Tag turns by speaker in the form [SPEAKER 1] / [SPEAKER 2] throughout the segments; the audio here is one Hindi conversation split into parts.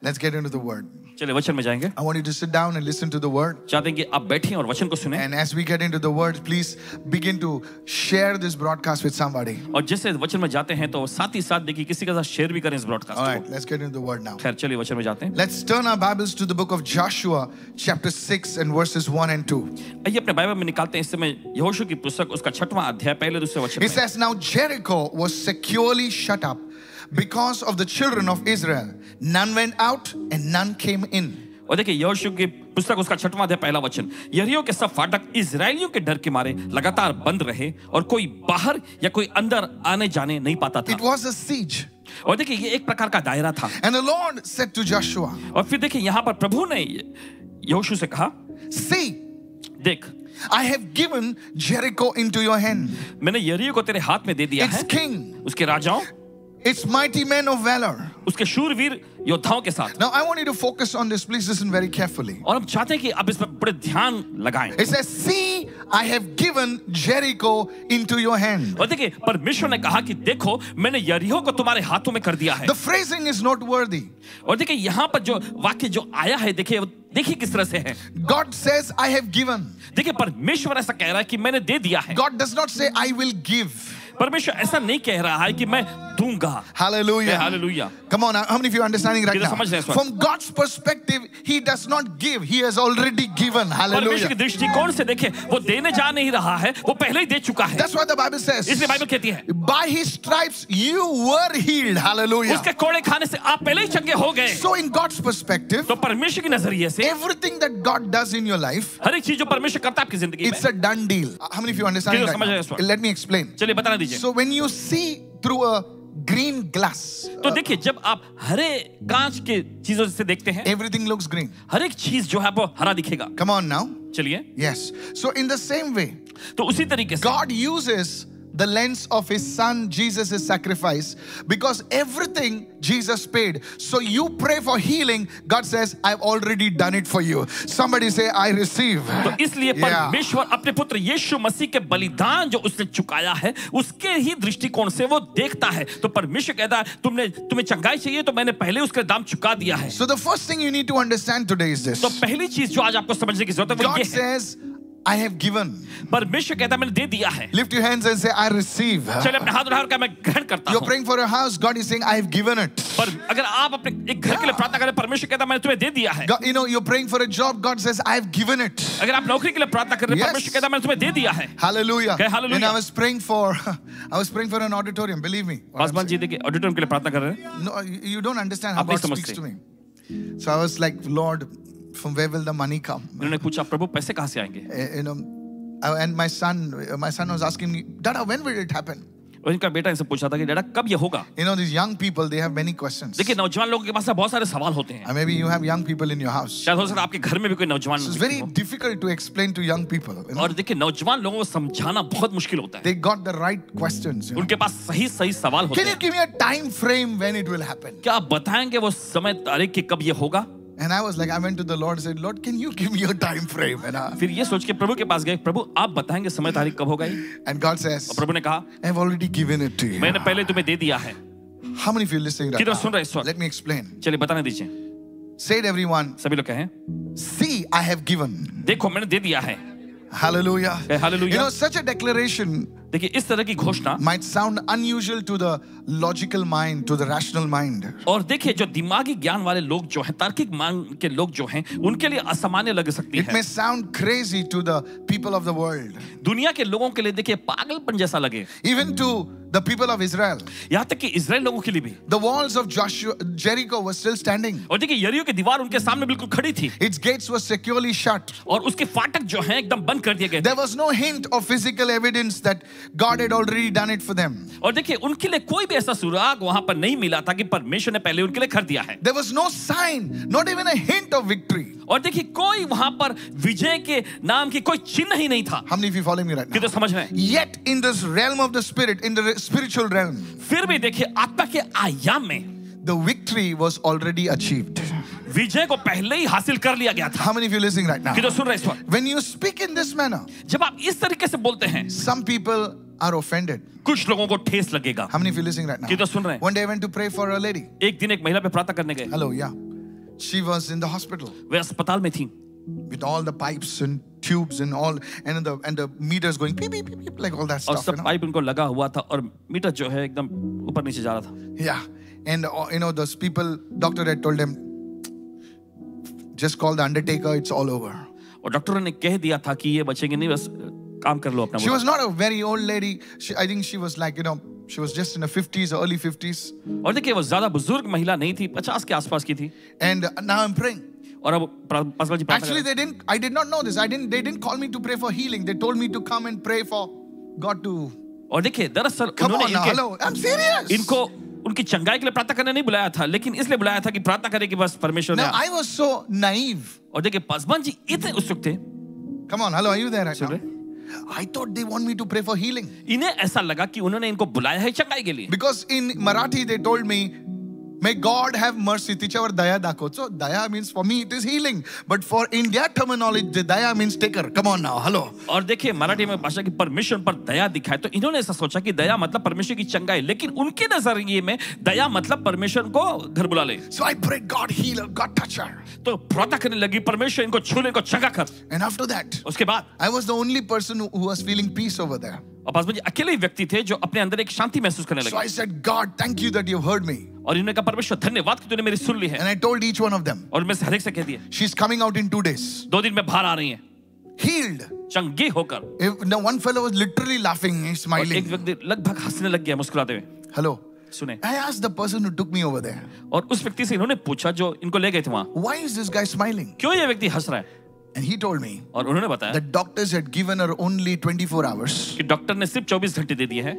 [SPEAKER 1] Let's get into the word.
[SPEAKER 2] चलिए वचन में जाएंगे
[SPEAKER 1] I want you to sit down and listen to the word.
[SPEAKER 2] चाहते हैं कि आप बैठें और वचन को सुने
[SPEAKER 1] And as we get into the word, please begin to share this broadcast with somebody.
[SPEAKER 2] और जैसे वचन में जाते हैं तो साथ ही साथ देखिए किसी के साथ शेयर भी करें इस
[SPEAKER 1] All
[SPEAKER 2] ब्रॉडकास्ट
[SPEAKER 1] right,
[SPEAKER 2] को
[SPEAKER 1] let's get into the word now.
[SPEAKER 2] खैर चलिए वचन में जाते हैं
[SPEAKER 1] Let's turn our Bibles to the book of Joshua, chapter 6, and verses 1 and 2.
[SPEAKER 2] आइए अपने बाइबल में निकालते हैं इस समय यहोशू की पुस्तक उसका छठवां अध्याय पहले दूसरे वचन
[SPEAKER 1] It
[SPEAKER 2] में
[SPEAKER 1] says, Now Jericho was securely shut up because of the children of Israel. None went out and none came in.
[SPEAKER 2] और देखिए यहोशू की पुस्तक उसका छठवां अध्याय पहला वचन यरियो के सब फाटक इसराइलियों के डर के मारे लगातार बंद रहे और कोई बाहर या कोई अंदर आने जाने नहीं पाता था
[SPEAKER 1] It was a siege.
[SPEAKER 2] और देखिए ये एक प्रकार का दायरा था
[SPEAKER 1] And the Lord said to Joshua,
[SPEAKER 2] और फिर देखिए यहाँ पर प्रभु ने यहोशू से कहा
[SPEAKER 1] See,
[SPEAKER 2] देख
[SPEAKER 1] I have given Jericho into your hand,
[SPEAKER 2] मैंने यरियो को तेरे हाथ में दे दिया
[SPEAKER 1] its
[SPEAKER 2] है
[SPEAKER 1] king,
[SPEAKER 2] उसके राजाओं
[SPEAKER 1] its mighty men of valor.
[SPEAKER 2] उसके शूरवीर योद्धाओं के साथ
[SPEAKER 1] Now I want you to focus on this. Please listen very carefully.
[SPEAKER 2] और हम चाहते हैं कि आप इस पर बड़े ध्यान लगाएं
[SPEAKER 1] It says, See, I have given Jericho into your hand.
[SPEAKER 2] और देखिए परमेश्वर ने कहा कि देखो मैंने यरीहो को तुम्हारे हाथों में कर दिया है
[SPEAKER 1] The phrasing is noteworthy.
[SPEAKER 2] और देखिए यहाँ पर जो वाक्य जो आया है देखिए वो- देखिए किस तरह से है
[SPEAKER 1] God says, I have given.
[SPEAKER 2] देखिए परमेश्वर ऐसा कह रहा है कि मैंने दे दिया है
[SPEAKER 1] God does not say, I will give.
[SPEAKER 2] परमेश्वर ऐसा नहीं कह रहा है कि मैं दूंगा
[SPEAKER 1] Hallelujah.
[SPEAKER 2] Hallelujah
[SPEAKER 1] Come on, how many of you are understanding right
[SPEAKER 2] Kita
[SPEAKER 1] now?
[SPEAKER 2] samajh rahe hain is
[SPEAKER 1] From God's perspective, He does not give, He has already given.
[SPEAKER 2] परमेश्वर की
[SPEAKER 1] Hallelujah.
[SPEAKER 2] दृष्टिकोण से देखे वो देने जा नहीं रहा है वो पहले ही दे चुका है
[SPEAKER 1] That's what the Bible says.
[SPEAKER 2] इसलिए बाइबल कहती है
[SPEAKER 1] By His stripes, you were healed. Hallelujah.
[SPEAKER 2] उसके कोड़े खाने से आप पहले ही चंगे हो गए
[SPEAKER 1] So, in God's perspective,
[SPEAKER 2] तो परमेश्वर के नजरिए से
[SPEAKER 1] everything that God does in your life,
[SPEAKER 2] हर एक चीज जो परमेश्वर करता है आपकी जिंदगी में
[SPEAKER 1] it's a done deal. How many of you are understanding
[SPEAKER 2] Kita samajh rahe hain
[SPEAKER 1] right
[SPEAKER 2] is
[SPEAKER 1] now?
[SPEAKER 2] वक्त.
[SPEAKER 1] Let me explain.
[SPEAKER 2] चलिए बताना दीजिए
[SPEAKER 1] So, when you see through a green glass,
[SPEAKER 2] तो देखिए जब आप हरे कांच के चीजों से देखते हैं
[SPEAKER 1] everything looks green.
[SPEAKER 2] हर एक चीज जो है वो हरा दिखेगा
[SPEAKER 1] Come on now.
[SPEAKER 2] चलिए
[SPEAKER 1] Yes. So, in the same way,
[SPEAKER 2] तो उसी तरीके से
[SPEAKER 1] God uses the lens of his son Jesus' sacrifice because everything Jesus paid. So you pray for healing, God says, I've already done it for you. Somebody say, I receive.
[SPEAKER 2] तो इसलिए
[SPEAKER 1] Yeah.
[SPEAKER 2] परमेश्वर अपने पुत्र यीशु मसीह के बलिदान जो उसने चुकाया है उसके ही दृष्टिकोण से वो देखता है तो परमेश्वर कहता है तुमने तुम्हें चंगाई चाहिए तो मैंने पहले उसका दाम चुका दिया है
[SPEAKER 1] So the first thing you need to understand today is this
[SPEAKER 2] तो पहली चीज जो आज आपको समझने की जरूरत है वो
[SPEAKER 1] God
[SPEAKER 2] ये है
[SPEAKER 1] says, I have given.
[SPEAKER 2] परमेश्वर कहता है मैंने दे दिया है
[SPEAKER 1] Lift your hands and say, I receive.
[SPEAKER 2] चलिए अपने हाथ उठाकर कहा मैं ग्रहण करता
[SPEAKER 1] You're
[SPEAKER 2] हूँ
[SPEAKER 1] praying for a house, God is saying, I have given it.
[SPEAKER 2] पर अगर आप अपने एक घर के लिए प्रार्थना करें परमेश्वर कहता है मैंने तुम्हें दे दिया है
[SPEAKER 1] God, you know, you're praying for a job, God says, I have given it.
[SPEAKER 2] अगर आप नौकरी के लिए प्रार्थना कर रहे हैं
[SPEAKER 1] Yes.
[SPEAKER 2] परमेश्वर कहता है मैंने तुम्हें दे दिया है
[SPEAKER 1] Hallelujah.
[SPEAKER 2] Okay, hallelujah.
[SPEAKER 1] And I was praying for I was praying for an auditorium, believe me. what I'm
[SPEAKER 2] Paswan ji देखिए ऑडिटोरियम के लिए प्रार्थना कर रहे हैं
[SPEAKER 1] No, you you don't understand how
[SPEAKER 2] आप नहीं
[SPEAKER 1] God speaks to me.
[SPEAKER 2] समझते।
[SPEAKER 1] So I was like, Lord, from where will the money come?
[SPEAKER 2] इन्होंने पूछा प्रभु पैसे कहाँ से आएंगे
[SPEAKER 1] Eh, You know, I- and my son, eh, my son was asking me, Dada, when will it happen?
[SPEAKER 2] और इनका बेटा इनसे पूछा था कि डैडा कब ये होगा
[SPEAKER 1] You know, these young people, they have many questions.
[SPEAKER 2] देखिए नौजवान लोगों के पास ना बहुत सारे सवाल होते हैं
[SPEAKER 1] And maybe you have young people in your house.
[SPEAKER 2] शायद हो सकता है आपके घर में भी कोई नौजवान
[SPEAKER 1] So it's
[SPEAKER 2] व्यक्ति
[SPEAKER 1] very
[SPEAKER 2] हो।
[SPEAKER 1] difficult to explain to young people. you know.
[SPEAKER 2] और देखिए नौजवान लोगों को समझाना बहुत मुश्किल होता है
[SPEAKER 1] They got the right questions. you know.
[SPEAKER 2] उनके पास सही सही सवाल होते
[SPEAKER 1] Can you
[SPEAKER 2] हैं
[SPEAKER 1] give me a time frame when it will happen?
[SPEAKER 2] क्या आप बताएंगे वो समय तारीख की कब ये होगा
[SPEAKER 1] And I was like, I went to the Lord and said, Lord, can you give me a time frame? And, uh, I-
[SPEAKER 2] फिर ये सोच के प्रभु के पास गए प्रभु आप बताएंगे समय तारीख कब होगा ये
[SPEAKER 1] and God says,
[SPEAKER 2] प्रभु ने कहा
[SPEAKER 1] I've already given it to you.
[SPEAKER 2] मैंने पहले तुम्हें दे दिया है
[SPEAKER 1] How many of you are listening right
[SPEAKER 2] किधर सुन रहे हैं इस
[SPEAKER 1] now?
[SPEAKER 2] वक्त?
[SPEAKER 1] Let me explain.
[SPEAKER 2] चलिए बताने दीजिए
[SPEAKER 1] Say it, everyone.
[SPEAKER 2] सभी लोग कहें
[SPEAKER 1] See, I have given.
[SPEAKER 2] देखो मैंने दे दिया है
[SPEAKER 1] Hallelujah.
[SPEAKER 2] Hey, hallelujah.
[SPEAKER 1] You know, such a declaration
[SPEAKER 2] देखिए इस तरह की घोषणा
[SPEAKER 1] might sound unusual to the logical mind, to the rational mind.
[SPEAKER 2] और देखिए जो दिमागी ज्ञान वाले लोग जो हैं तार्किक मान के लोग जो हैं उनके लिए असामान्य लग सकती
[SPEAKER 1] It
[SPEAKER 2] है
[SPEAKER 1] may sound crazy to the people of the world,
[SPEAKER 2] दुनिया के लोगों के लिए देखिए पागलपन जैसा लगे
[SPEAKER 1] even to the people of Israel.
[SPEAKER 2] यहाँ तक कि इसराइल लोगों के लिए भी
[SPEAKER 1] The walls of Joshua, Jericho were still standing.
[SPEAKER 2] और देखिए यरियो की दीवार उनके सामने बिल्कुल खड़ी थी
[SPEAKER 1] Its gates were securely shut.
[SPEAKER 2] और उसके फाटक जो हैं एकदम बंद कर दिए गए थे
[SPEAKER 1] There was no hint of physical evidence that God had already done it for them.
[SPEAKER 2] और देखिए उनके लिए कोई भी ऐसा सुराग वहां पर नहीं मिला था कि परमेश्वर ने पहले उनके लिए कर दिया है
[SPEAKER 1] There was no sign, not even a hint of victory.
[SPEAKER 2] और देखिए कोई वहां पर विजय के नाम की कोई चिन्ह ही नहीं था
[SPEAKER 1] How many of you following me right now?
[SPEAKER 2] कि तो समझ रहे हैं
[SPEAKER 1] Yet in this realm of the spirit, in the re- spiritual realm,
[SPEAKER 2] फिर भी देखिए आत्मा के आयाम में
[SPEAKER 1] the victory was already achieved.
[SPEAKER 2] विजय को पहले ही हासिल कर लिया गया था
[SPEAKER 1] How many of you listening right now?
[SPEAKER 2] कि तो सुन रहे हैं इस वक्त
[SPEAKER 1] When you speak in this manner,
[SPEAKER 2] जब आप इस तरीके से बोलते हैं
[SPEAKER 1] some people are offended.
[SPEAKER 2] कुछ लोगों को ठेस लगेगा
[SPEAKER 1] How many of you listening right now?
[SPEAKER 2] किधर सुन रहे हैं?
[SPEAKER 1] One day I went to pray for a lady.
[SPEAKER 2] एक दिन एक महिला पे प्रार्थना करने गए
[SPEAKER 1] Hello, yeah. She was in the hospital
[SPEAKER 2] वे अस्पताल में थी
[SPEAKER 1] with all the pipes and tubes and all, and the and the meters going beep beep beep, beep like all that
[SPEAKER 2] और
[SPEAKER 1] stuff. You
[SPEAKER 2] सब
[SPEAKER 1] know?
[SPEAKER 2] पाइप उनको लगा हुआ था और मीटर जो है एकदम ऊपर नीचे जा रहा था
[SPEAKER 1] Yeah, and uh, you know those people. Doctor had told them, just call the undertaker. It's all over.
[SPEAKER 2] और डॉक्टरों ने कह दिया था कि ये बचेंगे नहीं बस काम कर लो अपना
[SPEAKER 1] She was not a very old lady. She, I think she was like you know she was just in her fifties, early fifties.
[SPEAKER 2] और देखिए वो ज्यादा बुजुर्ग महिला नहीं थी पचास के आसपास की थी
[SPEAKER 1] And uh, now I'm praying.
[SPEAKER 2] और अब प्रा- पासवान जी प्रार्थना कर
[SPEAKER 1] Actually, they didn't. I did not know this. I didn't. They didn't call me to pray for healing. They told me to come and pray for God to
[SPEAKER 2] रहे हैं। और देखिए दरअसल
[SPEAKER 1] come
[SPEAKER 2] उन्होंने
[SPEAKER 1] on. Now,
[SPEAKER 2] इनके,
[SPEAKER 1] hello. I'm serious.
[SPEAKER 2] इनको उनकी चंगाई के लिए प्रार्थना करने नहीं बुलाया था लेकिन इसलिए बुलाया था कि प्रार्थना करें कि बस परमेश्वर ने
[SPEAKER 1] now I was so naive.
[SPEAKER 2] और देखिए पासवान जी इतने उत्सुक थे
[SPEAKER 1] Come on. Hello. Are you there right
[SPEAKER 2] soon
[SPEAKER 1] now?
[SPEAKER 2] रहे
[SPEAKER 1] I thought they want me to pray for healing
[SPEAKER 2] इन्हें ऐसा लगा कि उन्होंने इनको बुलाया है चंगाई के लिए
[SPEAKER 1] because in Marathi they told me. May God have mercy. Tichavar daya dako. So daya means for me it is healing. But for in their terminology, the daya means taker. Come on now, hello.
[SPEAKER 2] और देखिए मराठी में भाषा की परमेश्वर पर दया दिखाए तो इन्होंने ऐसा सोचा कि दया मतलब परमेश्वर की चंगाई लेकिन उनके नजरिए में दया मतलब परमेश्वर को घर बुला ले
[SPEAKER 1] So I prayed, God heal her, God touch her.
[SPEAKER 2] तो प्रार्थना करने लगी परमेश्वर इनको छूने को चंगा कर
[SPEAKER 1] And after that,
[SPEAKER 2] उसके बाद
[SPEAKER 1] I was the only person who, who was feeling peace over there.
[SPEAKER 2] और पासवान जी अकेले ही व्यक्ति थे जो अपने अंदर एक शांति महसूस करने
[SPEAKER 1] So
[SPEAKER 2] लगे
[SPEAKER 1] I said, God, thank you that you've heard me.
[SPEAKER 2] और इन्होंने कहा परमेश्वर धन्यवाद कि तूने मेरी सुन ली है
[SPEAKER 1] And I told each one of them,
[SPEAKER 2] और मैं से हर एक से कह दिया
[SPEAKER 1] she's coming out in two days,
[SPEAKER 2] दो दिन में बाहर आ रही है
[SPEAKER 1] healed.
[SPEAKER 2] चंगी होकर और
[SPEAKER 1] If, now one fellow was literally laughing and
[SPEAKER 2] एक
[SPEAKER 1] smiling.
[SPEAKER 2] व्यक्ति लगभग हंसने लग गया मुस्कुराते हुए
[SPEAKER 1] Hello.
[SPEAKER 2] सुने
[SPEAKER 1] I asked the person who took me over there,
[SPEAKER 2] और उस व्यक्ति से इन्होंने पूछा जो इनको ले गए थे वहां
[SPEAKER 1] why is this guy smiling?
[SPEAKER 2] क्यों ये व्यक्ति हंस रहा है
[SPEAKER 1] And he told me
[SPEAKER 2] और उन्होंने बताया
[SPEAKER 1] that doctors had given her only 24 hours
[SPEAKER 2] कि डॉक्टर ने सिर्फ 24 घंटे दे दिए हैं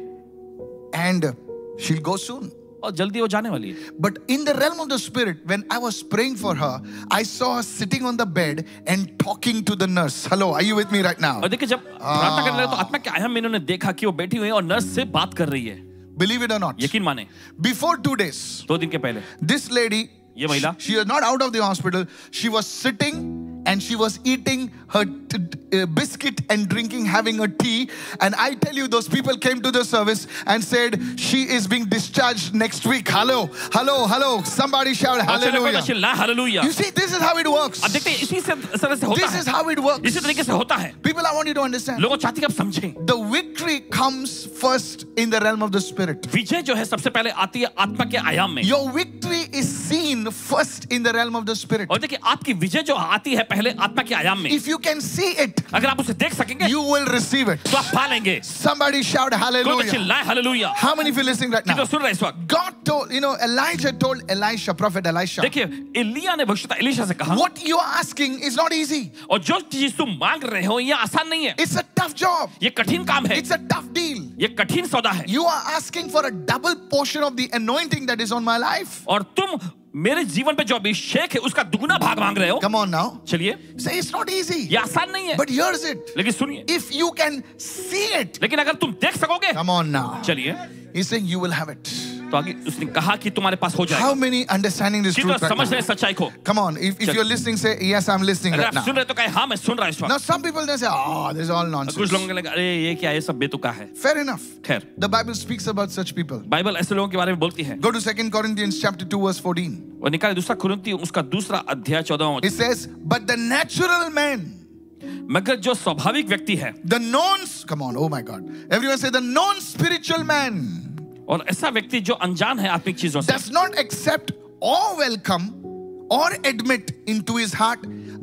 [SPEAKER 1] and she'll go soon.
[SPEAKER 2] और जल्दी वो जाने वाली है
[SPEAKER 1] But in the realm of the spirit, when I was praying for her, I saw her sitting on the bed and talking to the nurse. Hello, are you with me right now?
[SPEAKER 2] और देखिए जब प्रार्थना करने लगा तो आत्मा के आयाम में इन्होंने देखा कि वो बैठी हुई है और नर्स से बात कर रही है
[SPEAKER 1] Believe it or not.
[SPEAKER 2] यकीन माने
[SPEAKER 1] Before two days,
[SPEAKER 2] दो दिन के पहले
[SPEAKER 1] this lady
[SPEAKER 2] ये महिला?
[SPEAKER 1] she was not out of the hospital she was sitting and she was eating her t- t- uh, biscuit and drinking having her tea and i tell you those people came to the service and said she is being discharged next week hello hello hello somebody shout hallelujah
[SPEAKER 2] hallelujah
[SPEAKER 1] you see this is how it works
[SPEAKER 2] अब देखते हैं इसी से तरह से होता
[SPEAKER 1] this
[SPEAKER 2] है
[SPEAKER 1] is how it works
[SPEAKER 2] इसी तरीके से होता है
[SPEAKER 1] people i want you to understand
[SPEAKER 2] लोगों चाहते हैं कि आप समझें
[SPEAKER 1] the victory comes first in the realm of the spirit
[SPEAKER 2] विजय जो है सबसे पहले आती है आत्मा के आयाम में
[SPEAKER 1] your victory is seen first in the realm of the spirit
[SPEAKER 2] और देखिए आपकी विजय जो आती है पहले आत्मा के आयाम में
[SPEAKER 1] if you can see it
[SPEAKER 2] अगर आप उसे देख सकेंगे
[SPEAKER 1] you will receive it
[SPEAKER 2] तो आप पा लेंगे
[SPEAKER 1] Somebody shout
[SPEAKER 2] कोई तो
[SPEAKER 1] hallelujah.
[SPEAKER 2] चिल्लाए hallelujah
[SPEAKER 1] How many of you listening right
[SPEAKER 2] जो
[SPEAKER 1] now?
[SPEAKER 2] सुन रहे हैं इस वक्त
[SPEAKER 1] God told, you know, Elijah told Elisha, prophet Elisha,
[SPEAKER 2] देखिए एलिया ने भविष्यता एलिशा से कहा
[SPEAKER 1] what you are asking is not easy.
[SPEAKER 2] और जो चीज तुम मांग रहे हो ये आसान नहीं है
[SPEAKER 1] It's a tough job.
[SPEAKER 2] ये कठिन काम है
[SPEAKER 1] It's a tough deal.
[SPEAKER 2] ये कठिन सौदा है
[SPEAKER 1] You are asking for a double portion of the anointing that is on my life.
[SPEAKER 2] और तुम मेरे जीवन पे जो अभिषेक है उसका दुगुना भाग मांग रहे हो
[SPEAKER 1] Come on now.
[SPEAKER 2] चलिए
[SPEAKER 1] Say it's not easy.
[SPEAKER 2] ये आसान नहीं है
[SPEAKER 1] But here's it.
[SPEAKER 2] लेकिन सुनिए
[SPEAKER 1] If you can see it,
[SPEAKER 2] लेकिन अगर तुम देख सकोगे
[SPEAKER 1] come on now.
[SPEAKER 2] चलिए
[SPEAKER 1] He's saying you will have it.
[SPEAKER 2] तो आगे उसने कहा कि तुम्हारे पास हो जाए
[SPEAKER 1] How many understanding this
[SPEAKER 2] कितना
[SPEAKER 1] truth right
[SPEAKER 2] समझ रहे
[SPEAKER 1] now?
[SPEAKER 2] हैं सच्चाई को
[SPEAKER 1] Come on. If, if you're listening, say, yes, I'm listening
[SPEAKER 2] अगर
[SPEAKER 1] right
[SPEAKER 2] आप सुन
[SPEAKER 1] now.
[SPEAKER 2] रहे हो तो कहे हाँ मैं सुन रहा हूँ इस
[SPEAKER 1] Now,
[SPEAKER 2] वक्त
[SPEAKER 1] some people, they say, oh, this is all
[SPEAKER 2] कुछ
[SPEAKER 1] nonsense.
[SPEAKER 2] लोगों के लगे अरे ये क्या ये सब बेतुका है
[SPEAKER 1] Fair enough.
[SPEAKER 2] खैर
[SPEAKER 1] The Bible speaks about such people.
[SPEAKER 2] Bible ऐसे लोगों के बारे में बोलती है
[SPEAKER 1] Go to 2 Corinthians chapter 2 verse 14.
[SPEAKER 2] और निकाले दूसरा कुरिन्ती उसका दूसरा अध्याय चौदह
[SPEAKER 1] It says, "But the natural man,
[SPEAKER 2] मगर जो स्वाभाविक व्यक्ति है
[SPEAKER 1] the known come on, oh my God, everyone say the non-spiritual man
[SPEAKER 2] और ऐसा व्यक्ति जो अनजान है आत्मिक चीजों से
[SPEAKER 1] does not accept or welcome or admit into his heart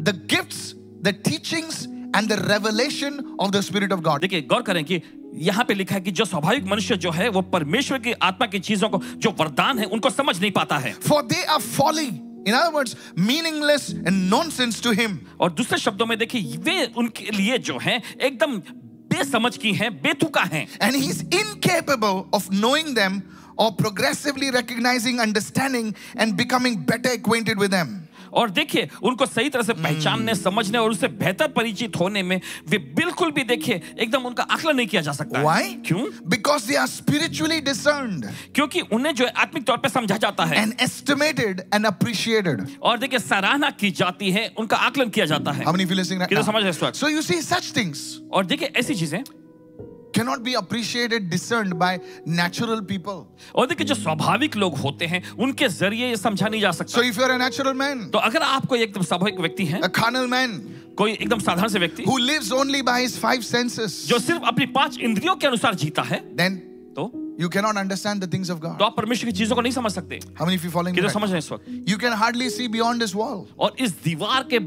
[SPEAKER 1] the gifts, the teachings, and the revelation of the Spirit of God."
[SPEAKER 2] देखिए गौर करें कि यहाँ पे लिखा है कि जो स्वाभाविक मनुष्य जो है वो परमेश्वर की आत्मा की चीजों को जो वरदान है उनको समझ नहीं पाता है
[SPEAKER 1] For they are folly. In other words, meaningless and nonsense to him.
[SPEAKER 2] और दूसरे शब्दों में देखिए वे उनके लिए जो है एकदम बेसमझ की हैं बेतुका हैं
[SPEAKER 1] and he's incapable of knowing them or progressively recognizing, understanding, and becoming better acquainted with them.
[SPEAKER 2] और देखिए उनको सही तरह से
[SPEAKER 1] हम्म।
[SPEAKER 2] पहचानने समझने और उससे बेहतर परिचित होने में वे बिल्कुल भी देखिए एकदम उनका आकलन नहीं किया जा सकता है।
[SPEAKER 1] Why?
[SPEAKER 2] क्यों
[SPEAKER 1] Because they are spiritually discerned
[SPEAKER 2] क्योंकि उन्हें जो है आत्मिक तौर पर समझा जाता है
[SPEAKER 1] and estimated and appreciated.
[SPEAKER 2] और देखिए सराहना की जाती है उनका आकलन किया जाता है
[SPEAKER 1] How many of you listening right
[SPEAKER 2] कितना समझ रहे
[SPEAKER 1] now?
[SPEAKER 2] हैं इस वक्त?
[SPEAKER 1] So you see, such things
[SPEAKER 2] और देखिए ऐसी चीजें
[SPEAKER 1] cannot be appreciated, discerned by natural people.
[SPEAKER 2] और देखिए जो स्वाभाविक लोग होते हैं उनके जरिए ये समझा नहीं जा
[SPEAKER 1] So
[SPEAKER 2] सकता
[SPEAKER 1] if you're a natural man,
[SPEAKER 2] तो अगर आप कोई एकदम स्वाभाविक व्यक्ति हैं
[SPEAKER 1] a carnal man
[SPEAKER 2] कोई एकदम साधारण से व्यक्ति
[SPEAKER 1] who lives only by his five senses,
[SPEAKER 2] जो सिर्फ अपनी पांच इंद्रियों के अनुसार जीता है
[SPEAKER 1] then
[SPEAKER 2] तो
[SPEAKER 1] you cannot understand the things of God.
[SPEAKER 2] तो आप परमेश्वर की चीजों को नहीं समझ सकते
[SPEAKER 1] How many of you following me?
[SPEAKER 2] किधर
[SPEAKER 1] right?
[SPEAKER 2] समझ रहे हैं इस वक्त
[SPEAKER 1] You can hardly see beyond this wall.
[SPEAKER 2] और इस दीवार के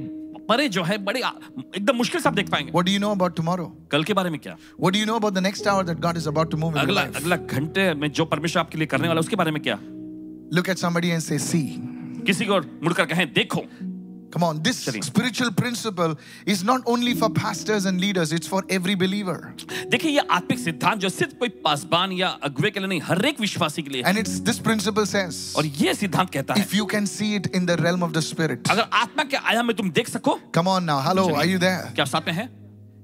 [SPEAKER 2] परे जो है बड़े आ- एकदम मुश्किल से आप देख पाएंगे
[SPEAKER 1] What do you know about tomorrow?
[SPEAKER 2] कल के बारे में क्या
[SPEAKER 1] What do you know about the next hour that God is about to move in your
[SPEAKER 2] अगला
[SPEAKER 1] life?
[SPEAKER 2] अगला घंटे में जो परमेश्वर आपके लिए करने वाला है, उसके बारे में क्या
[SPEAKER 1] Look at somebody and say, see.
[SPEAKER 2] किसी को मुड़कर कहें देखो
[SPEAKER 1] Come on, this
[SPEAKER 2] Chaliye.
[SPEAKER 1] spiritual principle is not only for pastors and leaders, it's for every believer.
[SPEAKER 2] देखिए ये आत्मिक सिद्धांत जो सिर्फ कोई पासबान या अगुवे के लिए नहीं हर एक विश्वासी के लिए है
[SPEAKER 1] And it's this principle says
[SPEAKER 2] और ये सिद्धांत कहता है
[SPEAKER 1] if you can see it in the realm of the spirit.
[SPEAKER 2] अगर आत्मा के आयाम में तुम देख सको
[SPEAKER 1] Come on now, hello,
[SPEAKER 2] Chaliye.
[SPEAKER 1] are you there?
[SPEAKER 2] क्या आप साथ में है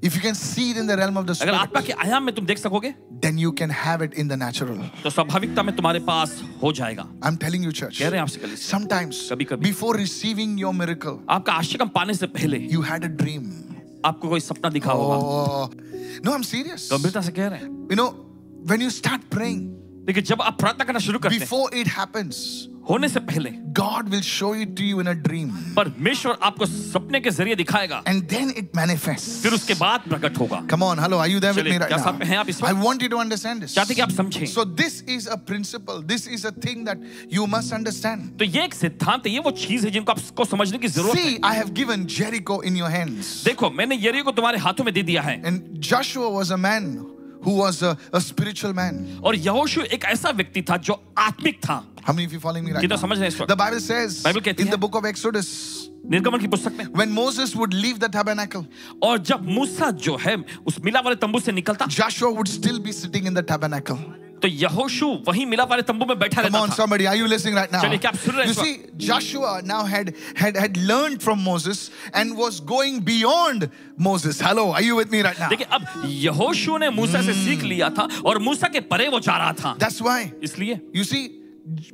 [SPEAKER 1] If you can see it in the realm of the
[SPEAKER 2] अगर
[SPEAKER 1] spirit,
[SPEAKER 2] आत्मा के आयाम में तुम देख सकोगे
[SPEAKER 1] then you can have it in the natural.
[SPEAKER 2] तो स्वाभाविकता में तुम्हारे पास हो जाएगा
[SPEAKER 1] I'm telling you, church.
[SPEAKER 2] कह रहे हैं आपसे कल इससे।
[SPEAKER 1] Sometimes,
[SPEAKER 2] कभी-कभी।
[SPEAKER 1] before receiving your miracle,
[SPEAKER 2] आपका आश्रम पाने से पहले
[SPEAKER 1] you had a dream.
[SPEAKER 2] आपको कोई सपना दिखा होगा
[SPEAKER 1] Oh, no, I'm serious.
[SPEAKER 2] गंभीरता से कह रहे हैं
[SPEAKER 1] You know, when you start praying,
[SPEAKER 2] देखिए जब आप प्रार्थना करना शुरू करते हैं
[SPEAKER 1] before it happens,
[SPEAKER 2] होने से पहले
[SPEAKER 1] God will show it to you in a dream.
[SPEAKER 2] परमेश्वर आपको सपने के जरिए दिखाएगा
[SPEAKER 1] and then it manifests.
[SPEAKER 2] फिर उसके बाद प्रकट होगा
[SPEAKER 1] Come on, hello, are you there with
[SPEAKER 2] चलिए,
[SPEAKER 1] me right
[SPEAKER 2] क्या साथ में हैं आप इस
[SPEAKER 1] now? I
[SPEAKER 2] वक्त?
[SPEAKER 1] want you to understand this.
[SPEAKER 2] चाहते हैं कि आप समझें
[SPEAKER 1] So this is a principle. This is a thing that you must understand.
[SPEAKER 2] तो ये एक सिद्धांत है ये वो चीज है जिनको आपको समझने की जरूरत है
[SPEAKER 1] See, I have given Jericho in your hands.
[SPEAKER 2] देखो मैंने यरियो को तुम्हारे हाथों में दे दिया है
[SPEAKER 1] And Joshua was a man who was a, a spiritual man.
[SPEAKER 2] और यहोशू एक ऐसा व्यक्ति था जो आत्मिक था
[SPEAKER 1] How many of you following me right
[SPEAKER 2] कितना
[SPEAKER 1] now?
[SPEAKER 2] समझ रहे हैं इस
[SPEAKER 1] The
[SPEAKER 2] वक्त
[SPEAKER 1] Bible says
[SPEAKER 2] Bible कहती
[SPEAKER 1] in the
[SPEAKER 2] है।
[SPEAKER 1] book of Exodus,
[SPEAKER 2] निर्गमन की पुस्तक में
[SPEAKER 1] when Moses would leave the tabernacle,
[SPEAKER 2] और जब मूसा जो है उस मिला वाले तंबू से निकलता
[SPEAKER 1] Joshua would still be sitting in the tabernacle.
[SPEAKER 2] तो यहोशू वही मिला वाले तंबू में बैठा
[SPEAKER 1] Come on,
[SPEAKER 2] रहता था
[SPEAKER 1] somebody, are you listening right now?
[SPEAKER 2] चलिए, क्या आप सुन रहे हैं
[SPEAKER 1] You
[SPEAKER 2] इस
[SPEAKER 1] see, Joshua now had had had learned from Moses and was going beyond Moses. Hello, are you with me right now?
[SPEAKER 2] देखिए अब यहोशू ने मूसा से सीख लिया था और मूसा के परे वो जा रहा था
[SPEAKER 1] That's why
[SPEAKER 2] इसलिए
[SPEAKER 1] you see.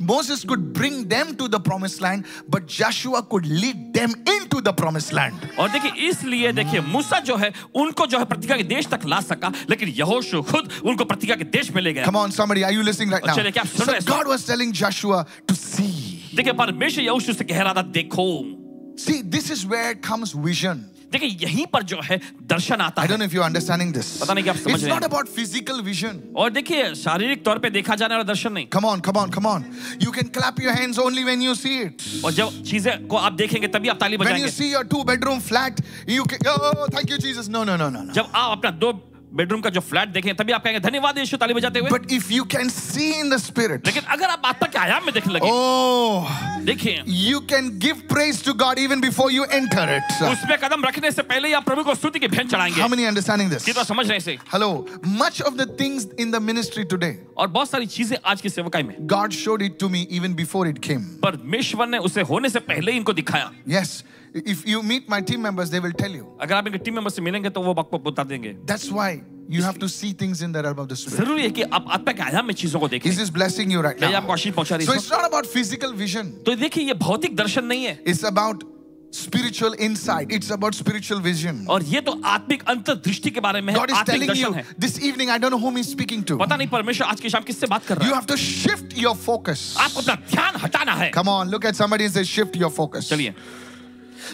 [SPEAKER 1] Moses could bring them to the promised land, but Joshua could lead them into the promised land.
[SPEAKER 2] और देखिए इसलिए देखिए मूसा जो है उनको जो है प्रतिज्ञा के देश तक ला सका लेकिन यहोशू खुद उनको प्रतिज्ञा के देश में ले गया
[SPEAKER 1] Come on, somebody, are you listening right now?
[SPEAKER 2] चलिए, क्या आप सुन
[SPEAKER 1] So
[SPEAKER 2] रहे हैं इस
[SPEAKER 1] God was telling Joshua to see.
[SPEAKER 2] देखिए परमेश्वर यहोशू से कह रहा था देखो
[SPEAKER 1] See, this is where comes vision.
[SPEAKER 2] देखिए यहीं पर जो है दर्शन आता
[SPEAKER 1] I
[SPEAKER 2] है
[SPEAKER 1] don't know if you're understanding this.
[SPEAKER 2] पता नहीं क्या आप समझ
[SPEAKER 1] It's
[SPEAKER 2] रहे हैं।
[SPEAKER 1] not about physical vision.
[SPEAKER 2] और देखिए शारीरिक तौर पे देखा जाने वाला दर्शन नहीं
[SPEAKER 1] Come on, come on, come on. You can clap your hands only when you see it.
[SPEAKER 2] और जब चीजें को आप देखेंगे तभी आप ताली
[SPEAKER 1] When you
[SPEAKER 2] बजाएंगे
[SPEAKER 1] see your two bedroom flat, you can, oh, thank you, Jesus. No, no, no, no, no.
[SPEAKER 2] जब आप अपना दो बेडरूम का जो फ्लैट देखें तभी आप कहेंगे धन्यवाद यीशु ताली बजाते हुए
[SPEAKER 1] But if you can see in the spirit,
[SPEAKER 2] लेकिन अगर आप आत्मा के आयाम में देखने लगे
[SPEAKER 1] oh,
[SPEAKER 2] देखिए
[SPEAKER 1] you can give praise to God even before you enter it.
[SPEAKER 2] उसमें कदम रखने से पहले ही आप प्रभु को स्तुति की भेंट
[SPEAKER 1] How
[SPEAKER 2] चढ़ाएंगे
[SPEAKER 1] many understanding this?
[SPEAKER 2] कितना समझ रहे हैं इसे
[SPEAKER 1] Hello. Much of the things in the ministry today,
[SPEAKER 2] और बहुत सारी चीजें आज की सेवकाई में
[SPEAKER 1] God showed it to me even before it came.
[SPEAKER 2] परमेश्वर ने उसे होने से पहले ही इनको दिखाया
[SPEAKER 1] Yes. If you meet my team members, they will tell you.
[SPEAKER 2] अगर आप इनके टीम मेंबर से मिलेंगे तो वो आपको बता देंगे
[SPEAKER 1] That's why you have to see things in the realm of the spirit.
[SPEAKER 2] जरूरी है कि आप आत्मा के आयाम में चीजों को देखें
[SPEAKER 1] Is this blessing you right
[SPEAKER 2] क्या ये
[SPEAKER 1] now?
[SPEAKER 2] आपको आशीष पहुंचा रही
[SPEAKER 1] So
[SPEAKER 2] है
[SPEAKER 1] it's not about physical vision.
[SPEAKER 2] तो देखिए ये भौतिक दर्शन नहीं है
[SPEAKER 1] It's about spiritual insight. It's about spiritual vision.
[SPEAKER 2] और ये तो आत्मिक अंतर्दृष्टि के बारे में है
[SPEAKER 1] God is
[SPEAKER 2] आत्मिक
[SPEAKER 1] telling you
[SPEAKER 2] दर्शन है
[SPEAKER 1] this evening, I don't know whom He's speaking to.
[SPEAKER 2] पता नहीं परमेश्वर आज की शाम किससे बात कर
[SPEAKER 1] You
[SPEAKER 2] रहा है
[SPEAKER 1] have to shift your focus.
[SPEAKER 2] आपको अपना ध्यान हटाना है
[SPEAKER 1] Come on, look at somebody and say, shift your focus.
[SPEAKER 2] चलिए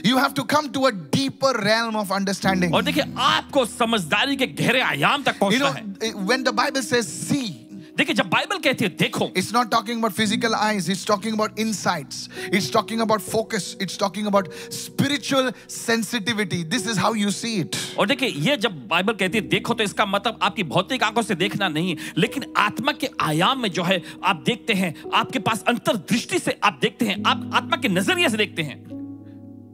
[SPEAKER 1] You have to come to a deeper realm of understanding.
[SPEAKER 2] और देखिए आपको समझदारी के गहरे आयाम तक
[SPEAKER 1] You
[SPEAKER 2] पहुंचना
[SPEAKER 1] know,
[SPEAKER 2] है
[SPEAKER 1] eh, when the Bible says see,
[SPEAKER 2] देखिए जब बाइबल कहती है देखो
[SPEAKER 1] it's not talking about physical eyes, it's talking about insights, it's talking about focus, it's talking about spiritual sensitivity. This is how you see it.
[SPEAKER 2] और देखिए ये जब बाइबल कहती है देखो तो इसका मतलब आपकी भौतिक आंखों से देखना नहीं लेकिन आत्मा के आयाम में जो है आप देखते हैं आपके पास अंतर्दृष्टि से आप देखते हैं आप आत्मा के नजरिए से देखते हैं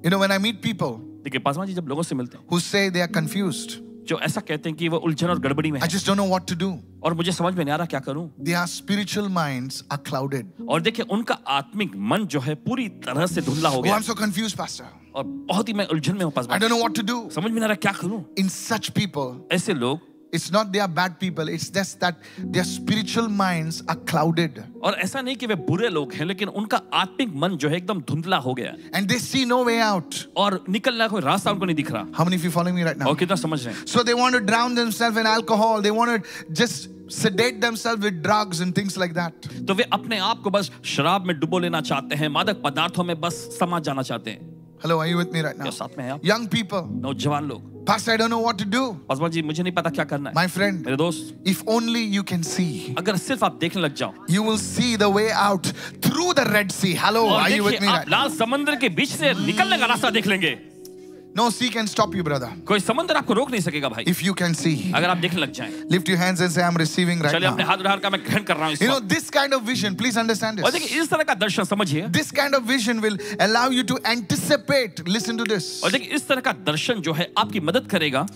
[SPEAKER 1] You know, when I meet people
[SPEAKER 2] देखिए पासवान जी जब लोगों से मिलते हैं
[SPEAKER 1] who say they are confused,
[SPEAKER 2] जो ऐसा कहते हैं कि वो उलझन और गड़बड़ी में
[SPEAKER 1] I
[SPEAKER 2] है
[SPEAKER 1] just don't know what to do.
[SPEAKER 2] और मुझे समझ में नहीं आ रहा क्या करूं
[SPEAKER 1] their spiritual minds are clouded.
[SPEAKER 2] और देखिए उनका आत्मिक मन जो है पूरी तरह से धुंधला हो
[SPEAKER 1] Oh,
[SPEAKER 2] गया
[SPEAKER 1] I'm so confused, Pastor.
[SPEAKER 2] और बहुत ही मैं उलझन में हूं
[SPEAKER 1] I
[SPEAKER 2] Paswan
[SPEAKER 1] don't know what to do.
[SPEAKER 2] समझ में नहीं आ रहा क्या करूं
[SPEAKER 1] In such people
[SPEAKER 2] ऐसे लोग
[SPEAKER 1] It's not they are bad people, it's just that their spiritual minds are clouded
[SPEAKER 2] और ऐसा नहीं कि वे बुरे लोग हैं लेकिन उनका आत्मिक मन जो है एकदम धुंधला हो गया है।
[SPEAKER 1] and they see no way out.
[SPEAKER 2] और निकलना कोई रास्ता उनको नहीं दिख रहा
[SPEAKER 1] How many of you following me right now?
[SPEAKER 2] और कितना समझ रहे हैं
[SPEAKER 1] So they want to drown themselves in alcohol, they want to just sedate themselves with drugs and things like that.
[SPEAKER 2] तो वे अपने आप को बस शराब में डुबो लेना चाहते हैं मादक पदार्थों में बस समा जाना चाहते हैं
[SPEAKER 1] Hello, are you with me right now?
[SPEAKER 2] क्या साथ में है आप
[SPEAKER 1] Young people,
[SPEAKER 2] नौजवान लोग
[SPEAKER 1] Pastor, I don't know what to do.
[SPEAKER 2] Paswan ji मुझे नहीं पता क्या करना है
[SPEAKER 1] My friend,
[SPEAKER 2] मेरे दोस्त
[SPEAKER 1] if only you can see,
[SPEAKER 2] अगर सिर्फ आप देखने लग जाओ
[SPEAKER 1] you will see the way out through the Red Sea. Hello,
[SPEAKER 2] और
[SPEAKER 1] are you with
[SPEAKER 2] Oh, देखिए
[SPEAKER 1] me right
[SPEAKER 2] आप
[SPEAKER 1] now?
[SPEAKER 2] लाल समंदर के बीच से निकलने का रास्ता देख लेंगे
[SPEAKER 1] No sea can stop you, brother.
[SPEAKER 2] कोई समंदर आपको रोक नहीं सकेगा भाई
[SPEAKER 1] If you can see,
[SPEAKER 2] अगर आप देखने लग जाएं
[SPEAKER 1] lift your hands and say, I'm receiving right
[SPEAKER 2] चलिए अपने
[SPEAKER 1] now.
[SPEAKER 2] हाथ उधार का मैं ग्रहण कर रहा हूँ इस
[SPEAKER 1] You know,
[SPEAKER 2] वक्त।
[SPEAKER 1] this kind of vision, please understand
[SPEAKER 2] और
[SPEAKER 1] this.
[SPEAKER 2] देखिए इस तरह का दर्शन समझिए
[SPEAKER 1] This kind of vision will allow you to anticipate, listen to this,
[SPEAKER 2] और देखिए इस तरह का दर्शन जो है आपकी मदद करेगा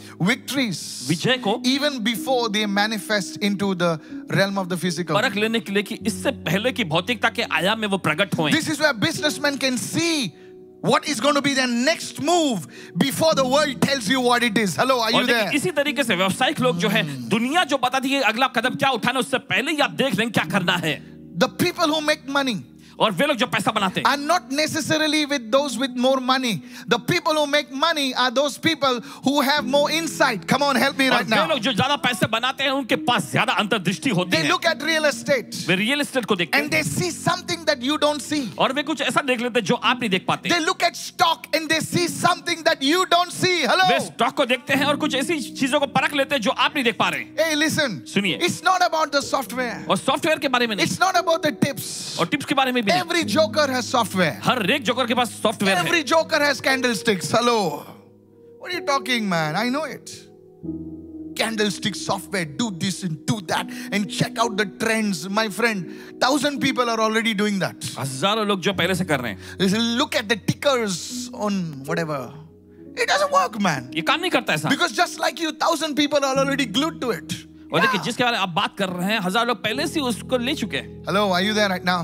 [SPEAKER 1] victories
[SPEAKER 2] विजय को
[SPEAKER 1] even before they manifest into the realm of the physical.
[SPEAKER 2] परख लेने के लिए कि इससे पहले की भौतिकता के आयाम में वो प्रकट होएं
[SPEAKER 1] This is where businessmen can see what is going to be their next move before the world tells you what it is. Hmm. Hello, are
[SPEAKER 2] और
[SPEAKER 1] you there?
[SPEAKER 2] देखिए इसी तरीके से व्यावसायिक लोग जो है दुनिया जो बताती है कि अगला कदम क्या उठाना है, उससे पहले ही आप देख लें क्या करना है
[SPEAKER 1] The people who make money
[SPEAKER 2] और वे लोग जो पैसा बनाते हैं
[SPEAKER 1] are not necessarily with those with more money. The people who make money are those people who have more insight. Come on, help me
[SPEAKER 2] और
[SPEAKER 1] right
[SPEAKER 2] वे
[SPEAKER 1] now.
[SPEAKER 2] लोग जो ज्यादा पैसे बनाते हैं उनके पास ज्यादा अंतर्दृष्टि होती
[SPEAKER 1] They
[SPEAKER 2] है
[SPEAKER 1] look at real estate
[SPEAKER 2] वे रियल एस्टेट को देखते
[SPEAKER 1] and
[SPEAKER 2] हैं
[SPEAKER 1] they see something that you don't see.
[SPEAKER 2] और वे कुछ ऐसा देख लेते हैं जो आप नहीं देख पाते
[SPEAKER 1] They look at stock and they see something that you don't see.
[SPEAKER 2] वे
[SPEAKER 1] Hello.
[SPEAKER 2] स्टॉक को देखते हैं और कुछ ऐसी चीजों को परख लेते हैं जो आप नहीं देख पा रहे हैं
[SPEAKER 1] Hey, listen.
[SPEAKER 2] सुनिए।
[SPEAKER 1] It's not about the software.
[SPEAKER 2] और सॉफ्टवेयर के बारे में नहीं
[SPEAKER 1] It's not about the tips.
[SPEAKER 2] और टिप्स के बारे में भी नहीं।
[SPEAKER 1] Every joker has software.
[SPEAKER 2] हर एक जोकर के पास सॉफ्टवेयर है
[SPEAKER 1] Every joker has candlesticks. Hello. What are you talking, man? I know it. Candlestick software, do this and do that, and check out the trends. My friend, thousand people are already doing that.
[SPEAKER 2] हजारों लोग जो पहले से कर रहे हैं
[SPEAKER 1] Just Look at the tickers on whatever. It doesn't work, man.
[SPEAKER 2] ये काम नहीं करता ऐसा
[SPEAKER 1] Because just like you, thousand people are already glued to it.
[SPEAKER 2] और देखिए जिसके बारे में आप बात कर रहे हैं हजार लोग पहले से उसको ले चुके हैं
[SPEAKER 1] Hello, are you there right now?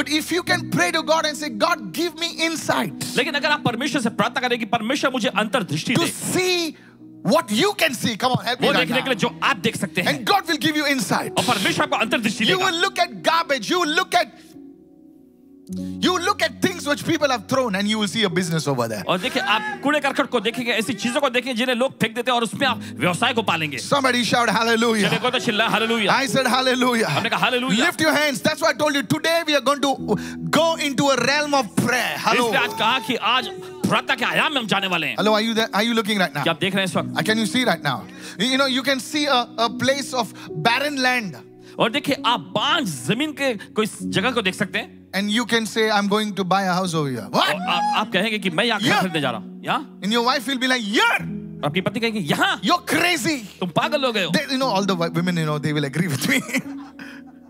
[SPEAKER 1] But if you can pray to God and say, God, give me insight
[SPEAKER 2] लेकिन अगर आप परमेश्वर से प्रार्थना करें कि परमेश्वर मुझे अंतर्दृष्टि
[SPEAKER 1] to
[SPEAKER 2] they
[SPEAKER 1] see what you can see. Come on, help me
[SPEAKER 2] वो
[SPEAKER 1] right
[SPEAKER 2] देखने
[SPEAKER 1] now.
[SPEAKER 2] के लिए जो आप देख सकते हैं
[SPEAKER 1] And God will give you insight.
[SPEAKER 2] और परमेश्वर आपको अंतर्दृष्टि
[SPEAKER 1] You
[SPEAKER 2] देगा
[SPEAKER 1] will look at garbage. You will look at you will look at things which people have thrown, and you will see a business over there.
[SPEAKER 2] और देखिए आप कूड़े करकट को देखेंगे ऐसी चीजों को देखेंगे जिन्हें लोग फेंक देते हैं और उसमें आप व्यवसाय को पालेंगे
[SPEAKER 1] Somebody shout hallelujah.
[SPEAKER 2] देखो तो चिल्ला हालेलुया
[SPEAKER 1] I said hallelujah.
[SPEAKER 2] हमने कहा hallelujah
[SPEAKER 1] Lift your hands. That's why I told you today we are going to go into a realm of prayer. Hello.
[SPEAKER 2] इसलिए आज कहा कि आज प्रार्थना के आयाम में हम जाने वाले हैं
[SPEAKER 1] Hello, are you there? Are you looking right now?
[SPEAKER 2] क्या आप देख रहे हैं इस वक्त
[SPEAKER 1] Uh, Can you see right now? You you know, you can see a, a place of barren land,
[SPEAKER 2] और देखिए आप बांझ जमीन के कोई जगह को देख सकते हैं
[SPEAKER 1] and you can say, I'm going to buy a house over here.
[SPEAKER 2] और
[SPEAKER 1] What?
[SPEAKER 2] आ, आप कहेंगे कि मैं यहाँ
[SPEAKER 1] Yeah.
[SPEAKER 2] घर खरीदने जा रहा हूँ यहाँ
[SPEAKER 1] And your wife will be like, Yeah,
[SPEAKER 2] और आपकी पत्नी कहेगी यहाँ
[SPEAKER 1] you're crazy.
[SPEAKER 2] तुम पागल हो गए हो
[SPEAKER 1] They, you know, all the wi- women, you know, they will agree with me.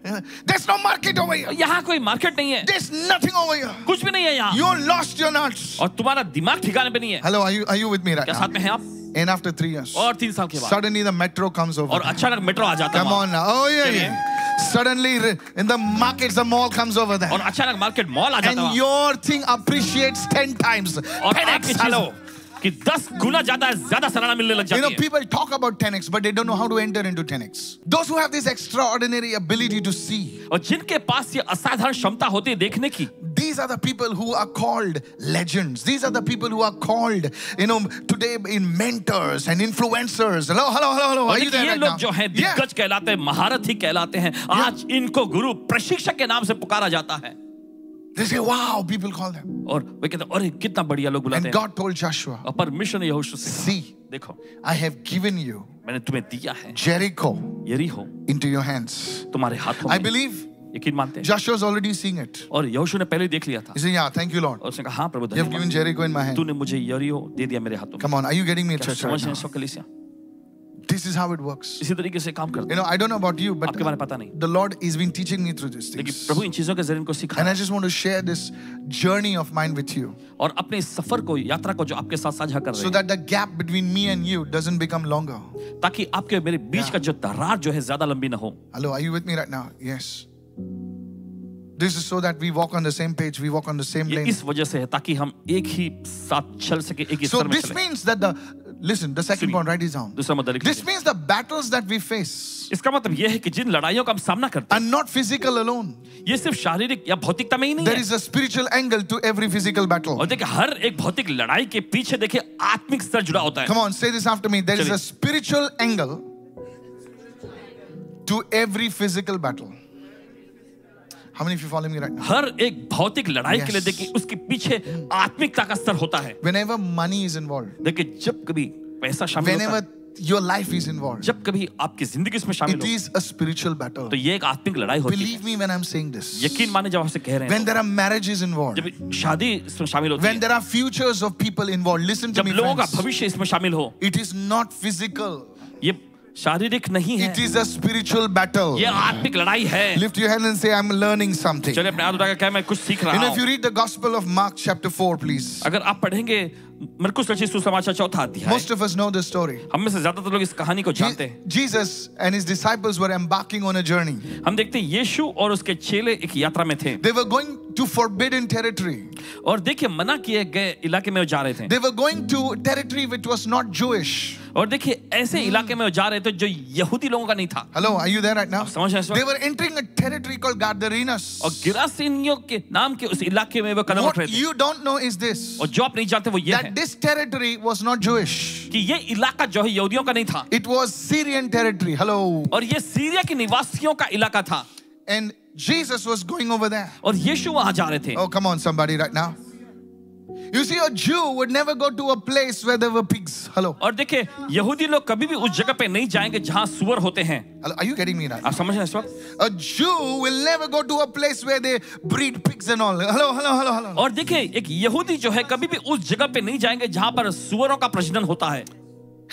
[SPEAKER 1] There's no market over here.
[SPEAKER 2] यहाँ कोई मार्केट नहीं है
[SPEAKER 1] There's nothing over here.
[SPEAKER 2] कुछ भी नहीं है यहाँ
[SPEAKER 1] You're lost your nuts.
[SPEAKER 2] और तुम्हारा दिमाग ठिकाने पे नहीं है
[SPEAKER 1] Hello, are you are you with me right
[SPEAKER 2] क्या
[SPEAKER 1] now?
[SPEAKER 2] साथ में हैं आप
[SPEAKER 1] And after three years,
[SPEAKER 2] और तीन साल के बाद
[SPEAKER 1] suddenly the metro comes
[SPEAKER 2] और
[SPEAKER 1] over.
[SPEAKER 2] अचानक मेट्रो आ जाता है
[SPEAKER 1] Come
[SPEAKER 2] वहाँ।
[SPEAKER 1] on now. Oh yeah,
[SPEAKER 2] Chaliye.
[SPEAKER 1] yeah. Suddenly re- in the markets, the mall comes over there.
[SPEAKER 2] और अचानक मार्केट मॉल आ जाता
[SPEAKER 1] And
[SPEAKER 2] है
[SPEAKER 1] your thing appreciates 10 times.
[SPEAKER 2] और
[SPEAKER 1] 10x,
[SPEAKER 2] आपकी
[SPEAKER 1] hello.
[SPEAKER 2] चीज कि 10 गुना ज्यादा है ज्यादा सराहना मिलने लग
[SPEAKER 1] You know,
[SPEAKER 2] जाती है
[SPEAKER 1] people talk about 10x, but they don't know how to enter into 10x. Those who have this extraordinary ability to see,
[SPEAKER 2] और जिनके पास ये असाधारण क्षमता होती है देखने की
[SPEAKER 1] these are the people who are called legends. These are the people who are called, you know, today in mentors and influencers. Hello, hello, hello, hello.
[SPEAKER 2] और
[SPEAKER 1] Are you
[SPEAKER 2] देखिए
[SPEAKER 1] there
[SPEAKER 2] ये
[SPEAKER 1] right
[SPEAKER 2] लोग
[SPEAKER 1] now?
[SPEAKER 2] जो है
[SPEAKER 1] Yeah.
[SPEAKER 2] दिग्गज कहलाते हैं महारथी कहलाते हैं आज इनको गुरु प्रशिक्षक के नाम से पुकारा जाता है
[SPEAKER 1] They say, wow, people call them.
[SPEAKER 2] और वे कहते हैं अरे कितना बढ़िया लोग बुलाते
[SPEAKER 1] And
[SPEAKER 2] हैं
[SPEAKER 1] God told Joshua,
[SPEAKER 2] और परमेश्वर ने यहोशू से कहा,
[SPEAKER 1] see,
[SPEAKER 2] देखो
[SPEAKER 1] I have given you
[SPEAKER 2] मैंने तुम्हें दिया है
[SPEAKER 1] Jericho
[SPEAKER 2] यरीहो
[SPEAKER 1] into your hands.
[SPEAKER 2] तुम्हारे हाथों
[SPEAKER 1] I
[SPEAKER 2] में
[SPEAKER 1] believe
[SPEAKER 2] यकीन मानते हैं
[SPEAKER 1] Joshua's already seeing it.
[SPEAKER 2] और यहोशू ने पहले ही देख लिया था
[SPEAKER 1] He said, yeah, thank you, Lord.
[SPEAKER 2] और उसने कहा हाँ प्रभु
[SPEAKER 1] You have given
[SPEAKER 2] धन्यवाद
[SPEAKER 1] Jericho in my hand.
[SPEAKER 2] तूने मुझे यरीहो दे दिया मेरे हाथों में
[SPEAKER 1] Come on, are you getting me,
[SPEAKER 2] क्या
[SPEAKER 1] church?
[SPEAKER 2] समझ
[SPEAKER 1] Right
[SPEAKER 2] रहे हैं
[SPEAKER 1] now?
[SPEAKER 2] इसको, कलीसिया?
[SPEAKER 1] This is how it works.
[SPEAKER 2] इसी तरीके से काम करते
[SPEAKER 1] You
[SPEAKER 2] हैं
[SPEAKER 1] know, I don't know about you, but
[SPEAKER 2] आपके बारे में पता नहीं
[SPEAKER 1] the Lord has been teaching me through these
[SPEAKER 2] लेकिन
[SPEAKER 1] things.
[SPEAKER 2] प्रभु इन चीजों के जरिए इनको सिखा
[SPEAKER 1] And I just want to share this journey of mine with you
[SPEAKER 2] और अपने इस सफर को यात्रा को जो आपके साथ साझा कर रहे
[SPEAKER 1] so that the gap between me and you doesn't become longer.
[SPEAKER 2] हैं ताकि आपके और मेरे बीच का जो दरार जो है ज्यादा लंबी ना हो
[SPEAKER 1] Hello, are you with me right now? Yes. This is so that we walk on the same page, we walk on the same
[SPEAKER 2] ये
[SPEAKER 1] lane.
[SPEAKER 2] इस वजह से है ताकि हम एक ही साथ चल सके एक ही
[SPEAKER 1] So
[SPEAKER 2] स्तर में
[SPEAKER 1] this
[SPEAKER 2] चले
[SPEAKER 1] means that the Listen, the second
[SPEAKER 2] सुनिए।
[SPEAKER 1] point, write this down.
[SPEAKER 2] दूसरा मुद्दा लिख
[SPEAKER 1] This
[SPEAKER 2] लीजिए।
[SPEAKER 1] means the battles that we face
[SPEAKER 2] इसका मतलब यह है कि जिन लड़ाइयों का हम सामना करते
[SPEAKER 1] are not physical alone.
[SPEAKER 2] हैं ये सिर्फ शारीरिक या भौतिकता में ही नहीं
[SPEAKER 1] There
[SPEAKER 2] है
[SPEAKER 1] is a spiritual angle to every physical battle.
[SPEAKER 2] और देखिए हर एक भौतिक लड़ाई के पीछे देखिए आत्मिक स्तर जुड़ा होता है
[SPEAKER 1] Come on, say this after me. There is
[SPEAKER 2] चलिए।
[SPEAKER 1] a spiritual angle to every physical battle. How many of you follow me right now?
[SPEAKER 2] हर एक भौतिक लड़ाई के लिए
[SPEAKER 1] Yes.
[SPEAKER 2] देखिए उसके पीछे आत्मिकता का स्तर होता है
[SPEAKER 1] Whenever money is involved,
[SPEAKER 2] देखिए जब कभी पैसा शामिल होता
[SPEAKER 1] whenever
[SPEAKER 2] है
[SPEAKER 1] your life is involved,
[SPEAKER 2] जब कभी आपकी जिंदगी इसमें शामिल
[SPEAKER 1] it
[SPEAKER 2] हो
[SPEAKER 1] is a spiritual battle.
[SPEAKER 2] तो ये एक आत्मिक लड़ाई होती है
[SPEAKER 1] Believe me when I'm saying this.
[SPEAKER 2] यकीन माने जब आपसे कह रहे
[SPEAKER 1] When
[SPEAKER 2] हैं
[SPEAKER 1] there are marriages involved,
[SPEAKER 2] जब शादी इसमें शामिल होती
[SPEAKER 1] when
[SPEAKER 2] है
[SPEAKER 1] there are futures of people involved, listen to
[SPEAKER 2] जब
[SPEAKER 1] me.
[SPEAKER 2] लोगों का
[SPEAKER 1] Friends.
[SPEAKER 2] भविष्य इसमें शामिल हो
[SPEAKER 1] It is not physical,
[SPEAKER 2] ये शारीरिक नहीं है
[SPEAKER 1] it is a spiritual battle.
[SPEAKER 2] ये आत्मिक लड़ाई है
[SPEAKER 1] Lift your hand and say, I'm learning something.
[SPEAKER 2] चलिए अपने हाथ उठाकर कहें मैं कुछ सीख
[SPEAKER 1] You
[SPEAKER 2] रहा
[SPEAKER 1] know, if you
[SPEAKER 2] हूँ
[SPEAKER 1] read the Gospel of Mark, chapter 4, please.
[SPEAKER 2] अगर आप पढ़ेंगे मरकुस रचित सुसमाचार चौथा अध्याय
[SPEAKER 1] Most of us know this story.
[SPEAKER 2] हम में से ज्यादातर लोग इस कहानी को जानते
[SPEAKER 1] Je-
[SPEAKER 2] हैं
[SPEAKER 1] Jesus and his disciples were embarking on a journey.
[SPEAKER 2] हम देखते हैं यीशु और उसके चेले एक यात्रा में थे
[SPEAKER 1] They were going to forbidden territory.
[SPEAKER 2] और देखिए मना किए गए इलाके में वो जा रहे थे
[SPEAKER 1] They were going to territory which was not Jewish.
[SPEAKER 2] और देखिए ऐसे इलाके में वो जा रहे थे जो यहूदी लोगों का नहीं था
[SPEAKER 1] Hello, are you there right now?
[SPEAKER 2] समझ रहे हैं इस
[SPEAKER 1] They
[SPEAKER 2] वक्त?
[SPEAKER 1] were entering a territory called Gadarenes.
[SPEAKER 2] और गिरासेनियों के नाम के उस इलाके में वो कदम उठ
[SPEAKER 1] What
[SPEAKER 2] रहे थे
[SPEAKER 1] you don't know is this
[SPEAKER 2] और जो आप नहीं जानते वो ये है
[SPEAKER 1] that this territory was not Jewish,
[SPEAKER 2] कि ये इलाका जो है यहूदियों का नहीं था
[SPEAKER 1] it was Syrian territory. Hello.
[SPEAKER 2] और ये सीरिया के निवासियों का इलाका था
[SPEAKER 1] And Jesus was going over there.
[SPEAKER 2] और यीशु वहां जा रहे थे
[SPEAKER 1] Oh, come on, somebody, right now. You see, a Jew would never go to a place where there were pigs. Hello.
[SPEAKER 2] और देखिए यहूदी लोग कभी भी उस जगह पे नहीं जाएंगे जहां सुअर होते हैं
[SPEAKER 1] Hello. Are you getting me right?
[SPEAKER 2] आप समझ रहे हैं इस वक्त
[SPEAKER 1] A Jew will never go to a place where they breed pigs and all. Hello, hello, hello, hello.
[SPEAKER 2] और देखिए एक यहूदी जो है कभी भी उस जगह पे नहीं जाएंगे जहां पर सुअरों का प्रजनन होता है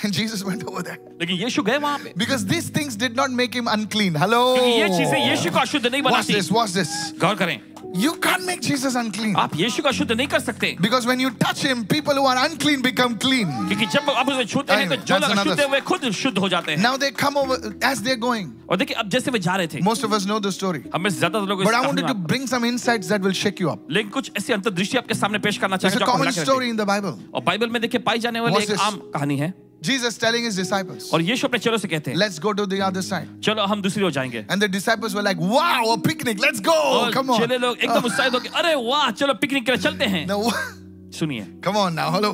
[SPEAKER 1] And Jesus went over there.
[SPEAKER 2] लेकिन यीशु गए वहां पे
[SPEAKER 1] Because these things did not make him unclean. Hello.
[SPEAKER 2] क्योंकि ये चीजें यीशु को अशुद्ध नहीं
[SPEAKER 1] Watch
[SPEAKER 2] बनाती
[SPEAKER 1] this, watch this.
[SPEAKER 2] गौर करें
[SPEAKER 1] You can't make Jesus unclean.
[SPEAKER 2] आप यीशु को अशुद्ध नहीं कर सकते
[SPEAKER 1] Because when you touch him, people who are unclean become clean.
[SPEAKER 2] क्योंकि जब आप उसे छूते हैं तो
[SPEAKER 1] Anyway,
[SPEAKER 2] जो
[SPEAKER 1] that's
[SPEAKER 2] लोग अशुद्ध
[SPEAKER 1] another-
[SPEAKER 2] है वे खुद शुद्ध हो जाते हैं
[SPEAKER 1] Now they come over as they're going.
[SPEAKER 2] और देखिए अब जैसे वे जा रहे थे
[SPEAKER 1] Most of us know the story.
[SPEAKER 2] हमें से ज्यादा लोग इस
[SPEAKER 1] But I
[SPEAKER 2] कहानी
[SPEAKER 1] wanted to
[SPEAKER 2] में-
[SPEAKER 1] bring some insights that will shake you up.
[SPEAKER 2] लेकिन कुछ ऐसी अंतर्दृष्टि आपके सामने पेश करना
[SPEAKER 1] It's
[SPEAKER 2] चाहेंगे
[SPEAKER 1] a
[SPEAKER 2] जो आपको
[SPEAKER 1] common
[SPEAKER 2] हिला के रख
[SPEAKER 1] story in the Bible.
[SPEAKER 2] दे। और बाइबल में देखिए पाई जाने वाली
[SPEAKER 1] What's
[SPEAKER 2] एक
[SPEAKER 1] this?
[SPEAKER 2] आम कहानी है
[SPEAKER 1] Jesus telling his disciples,
[SPEAKER 2] और यीशु अपने चेलों से कहते हैं
[SPEAKER 1] let's go to the other side.
[SPEAKER 2] चलो हम दूसरी ओर जाएंगे
[SPEAKER 1] And the disciples were like, wow, a picnic. Let's go.
[SPEAKER 2] और
[SPEAKER 1] Oh, Come on.
[SPEAKER 2] चेले लोग एकदम उत्साहित होकर अरे वाह चलो पिकनिक के लिए चलते हैं
[SPEAKER 1] Now,
[SPEAKER 2] सुनिए
[SPEAKER 1] come on now. Hello.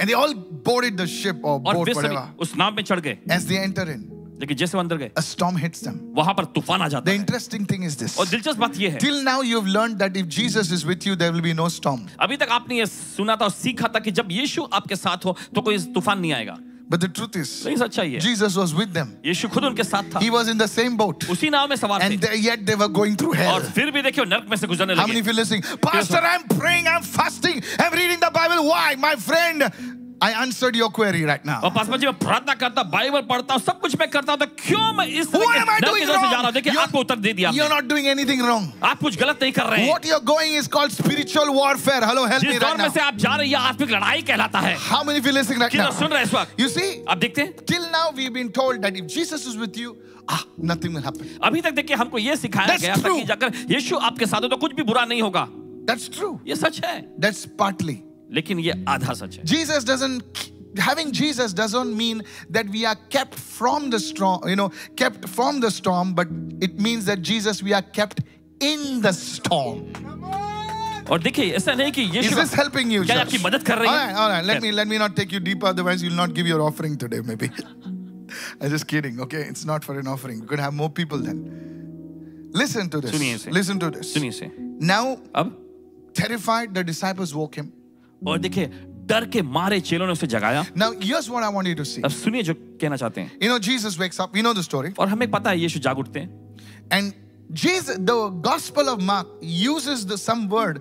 [SPEAKER 1] And they all boarded the ship or
[SPEAKER 2] और
[SPEAKER 1] boat,
[SPEAKER 2] वे सभी
[SPEAKER 1] whatever.
[SPEAKER 2] उस नाव में चढ़ गए
[SPEAKER 1] As they enter in,
[SPEAKER 2] लेकिन जैसे वो अंदर गए
[SPEAKER 1] a storm hits them.
[SPEAKER 2] वहां पर तूफान आ
[SPEAKER 1] The
[SPEAKER 2] जाता है
[SPEAKER 1] interesting thing is this.
[SPEAKER 2] और दिलचस्प बात यह है
[SPEAKER 1] Till now, you've learned that if Jesus is with you, there will be no storm.
[SPEAKER 2] अभी तक आपने ये सुना था और सीखा था कि जब यीशु आपके साथ हो तो कोई तूफान नहीं आएगा
[SPEAKER 1] But the truth is,
[SPEAKER 2] नहीं सच्चा ही है
[SPEAKER 1] Jesus was with them.
[SPEAKER 2] यीशु खुद उनके साथ था
[SPEAKER 1] He was in the same boat.
[SPEAKER 2] उसी नाव में सवार
[SPEAKER 1] And
[SPEAKER 2] थे
[SPEAKER 1] they- yet they were going through hell.
[SPEAKER 2] और फिर भी देखिए वो नर्क में से गुजरने
[SPEAKER 1] How many of
[SPEAKER 2] लगे
[SPEAKER 1] you listening? Pastor, I'm praying, I'm fasting, I'm reading the Bible. Why? My friend, I answered your query right
[SPEAKER 2] और
[SPEAKER 1] now.
[SPEAKER 2] पास्मा जी मैं प्रार्थना करता हूँ बाइबल पढ़ता हूँ सब कुछ मैं करता हूँ तो क्यों मैं इस तरह
[SPEAKER 1] What
[SPEAKER 2] के
[SPEAKER 1] am I
[SPEAKER 2] नर्क
[SPEAKER 1] doing
[SPEAKER 2] की तरफ से जा रहा
[SPEAKER 1] wrong?
[SPEAKER 2] हूँ देखिए आपको उत्तर दे दिया
[SPEAKER 1] you're
[SPEAKER 2] आपने।
[SPEAKER 1] not doing anything wrong.
[SPEAKER 2] आप कुछ गलत नहीं कर रहे हैं
[SPEAKER 1] What you're going is called spiritual warfare. Hello, help me
[SPEAKER 2] जिस
[SPEAKER 1] right
[SPEAKER 2] दौर में
[SPEAKER 1] now.
[SPEAKER 2] से आप जा रहे हैं ये आत्मिक लड़ाई कहलाता है
[SPEAKER 1] How many of you listening right
[SPEAKER 2] कितना सुन
[SPEAKER 1] now?
[SPEAKER 2] रहे हैं इस वक्त
[SPEAKER 1] You see,
[SPEAKER 2] आप देखते हैं
[SPEAKER 1] till now we've been told that if Jesus is with you, ah, nothing will happen.
[SPEAKER 2] अभी तक देखिए हमको ये सिखाया
[SPEAKER 1] That's
[SPEAKER 2] गया था
[SPEAKER 1] true.
[SPEAKER 2] कि अगर यीशु आपके साथ हो तो कुछ भी बुरा नहीं होगा
[SPEAKER 1] That's true.
[SPEAKER 2] ये सच है
[SPEAKER 1] That's partly.
[SPEAKER 2] लेकिन ये आधा सच है
[SPEAKER 1] Jesus doesn't having Jesus doesn't mean that we are kept from the storm, you know, kept from the storm, but it means that Jesus we are kept in the storm.
[SPEAKER 2] और देखिए ऐसा नहीं कि
[SPEAKER 1] Is
[SPEAKER 2] Yeshu
[SPEAKER 1] this helping you?
[SPEAKER 2] क्या ये
[SPEAKER 1] church?
[SPEAKER 2] आपकी मदद कर रही
[SPEAKER 1] All
[SPEAKER 2] है
[SPEAKER 1] right, all right. Let me let me not take you deeper, otherwise you'll not give your offering today, maybe. I'm just kidding. Okay, it's not for an offering. We could have more people then. Listen to
[SPEAKER 2] सुनिए
[SPEAKER 1] this.
[SPEAKER 2] इसे।
[SPEAKER 1] Listen to this.
[SPEAKER 2] सुनिए इसे
[SPEAKER 1] Now,
[SPEAKER 2] अब
[SPEAKER 1] terrified, the disciples woke him.
[SPEAKER 2] और देखिए डर के मारे चेलों ने उसे जगाया
[SPEAKER 1] Now, here's what I want you to see.
[SPEAKER 2] अब सुनिए जो कहना चाहते हैं
[SPEAKER 1] You know, Jesus wakes up. You know the story.
[SPEAKER 2] और हमें पता है यीशु जाग उठते हैं
[SPEAKER 1] And Jesus, the Gospel of Mark uses the some word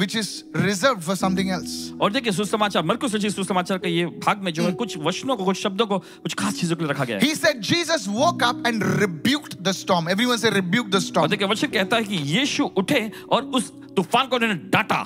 [SPEAKER 1] which is reserved for something else.
[SPEAKER 2] और देखिए सुसमाचार मरकुस रचित सुसमाचार के ये भाग में जो है कुछ वचनों को कुछ शब्दों को कुछ खास चीजों के लिए रखा गया है
[SPEAKER 1] He said Jesus woke up and rebuked the storm. Everyone say rebuked the
[SPEAKER 2] और
[SPEAKER 1] storm.
[SPEAKER 2] देखिए वचन कहता है कि यीशु उठे और उस तूफान को उन्होंने डांटा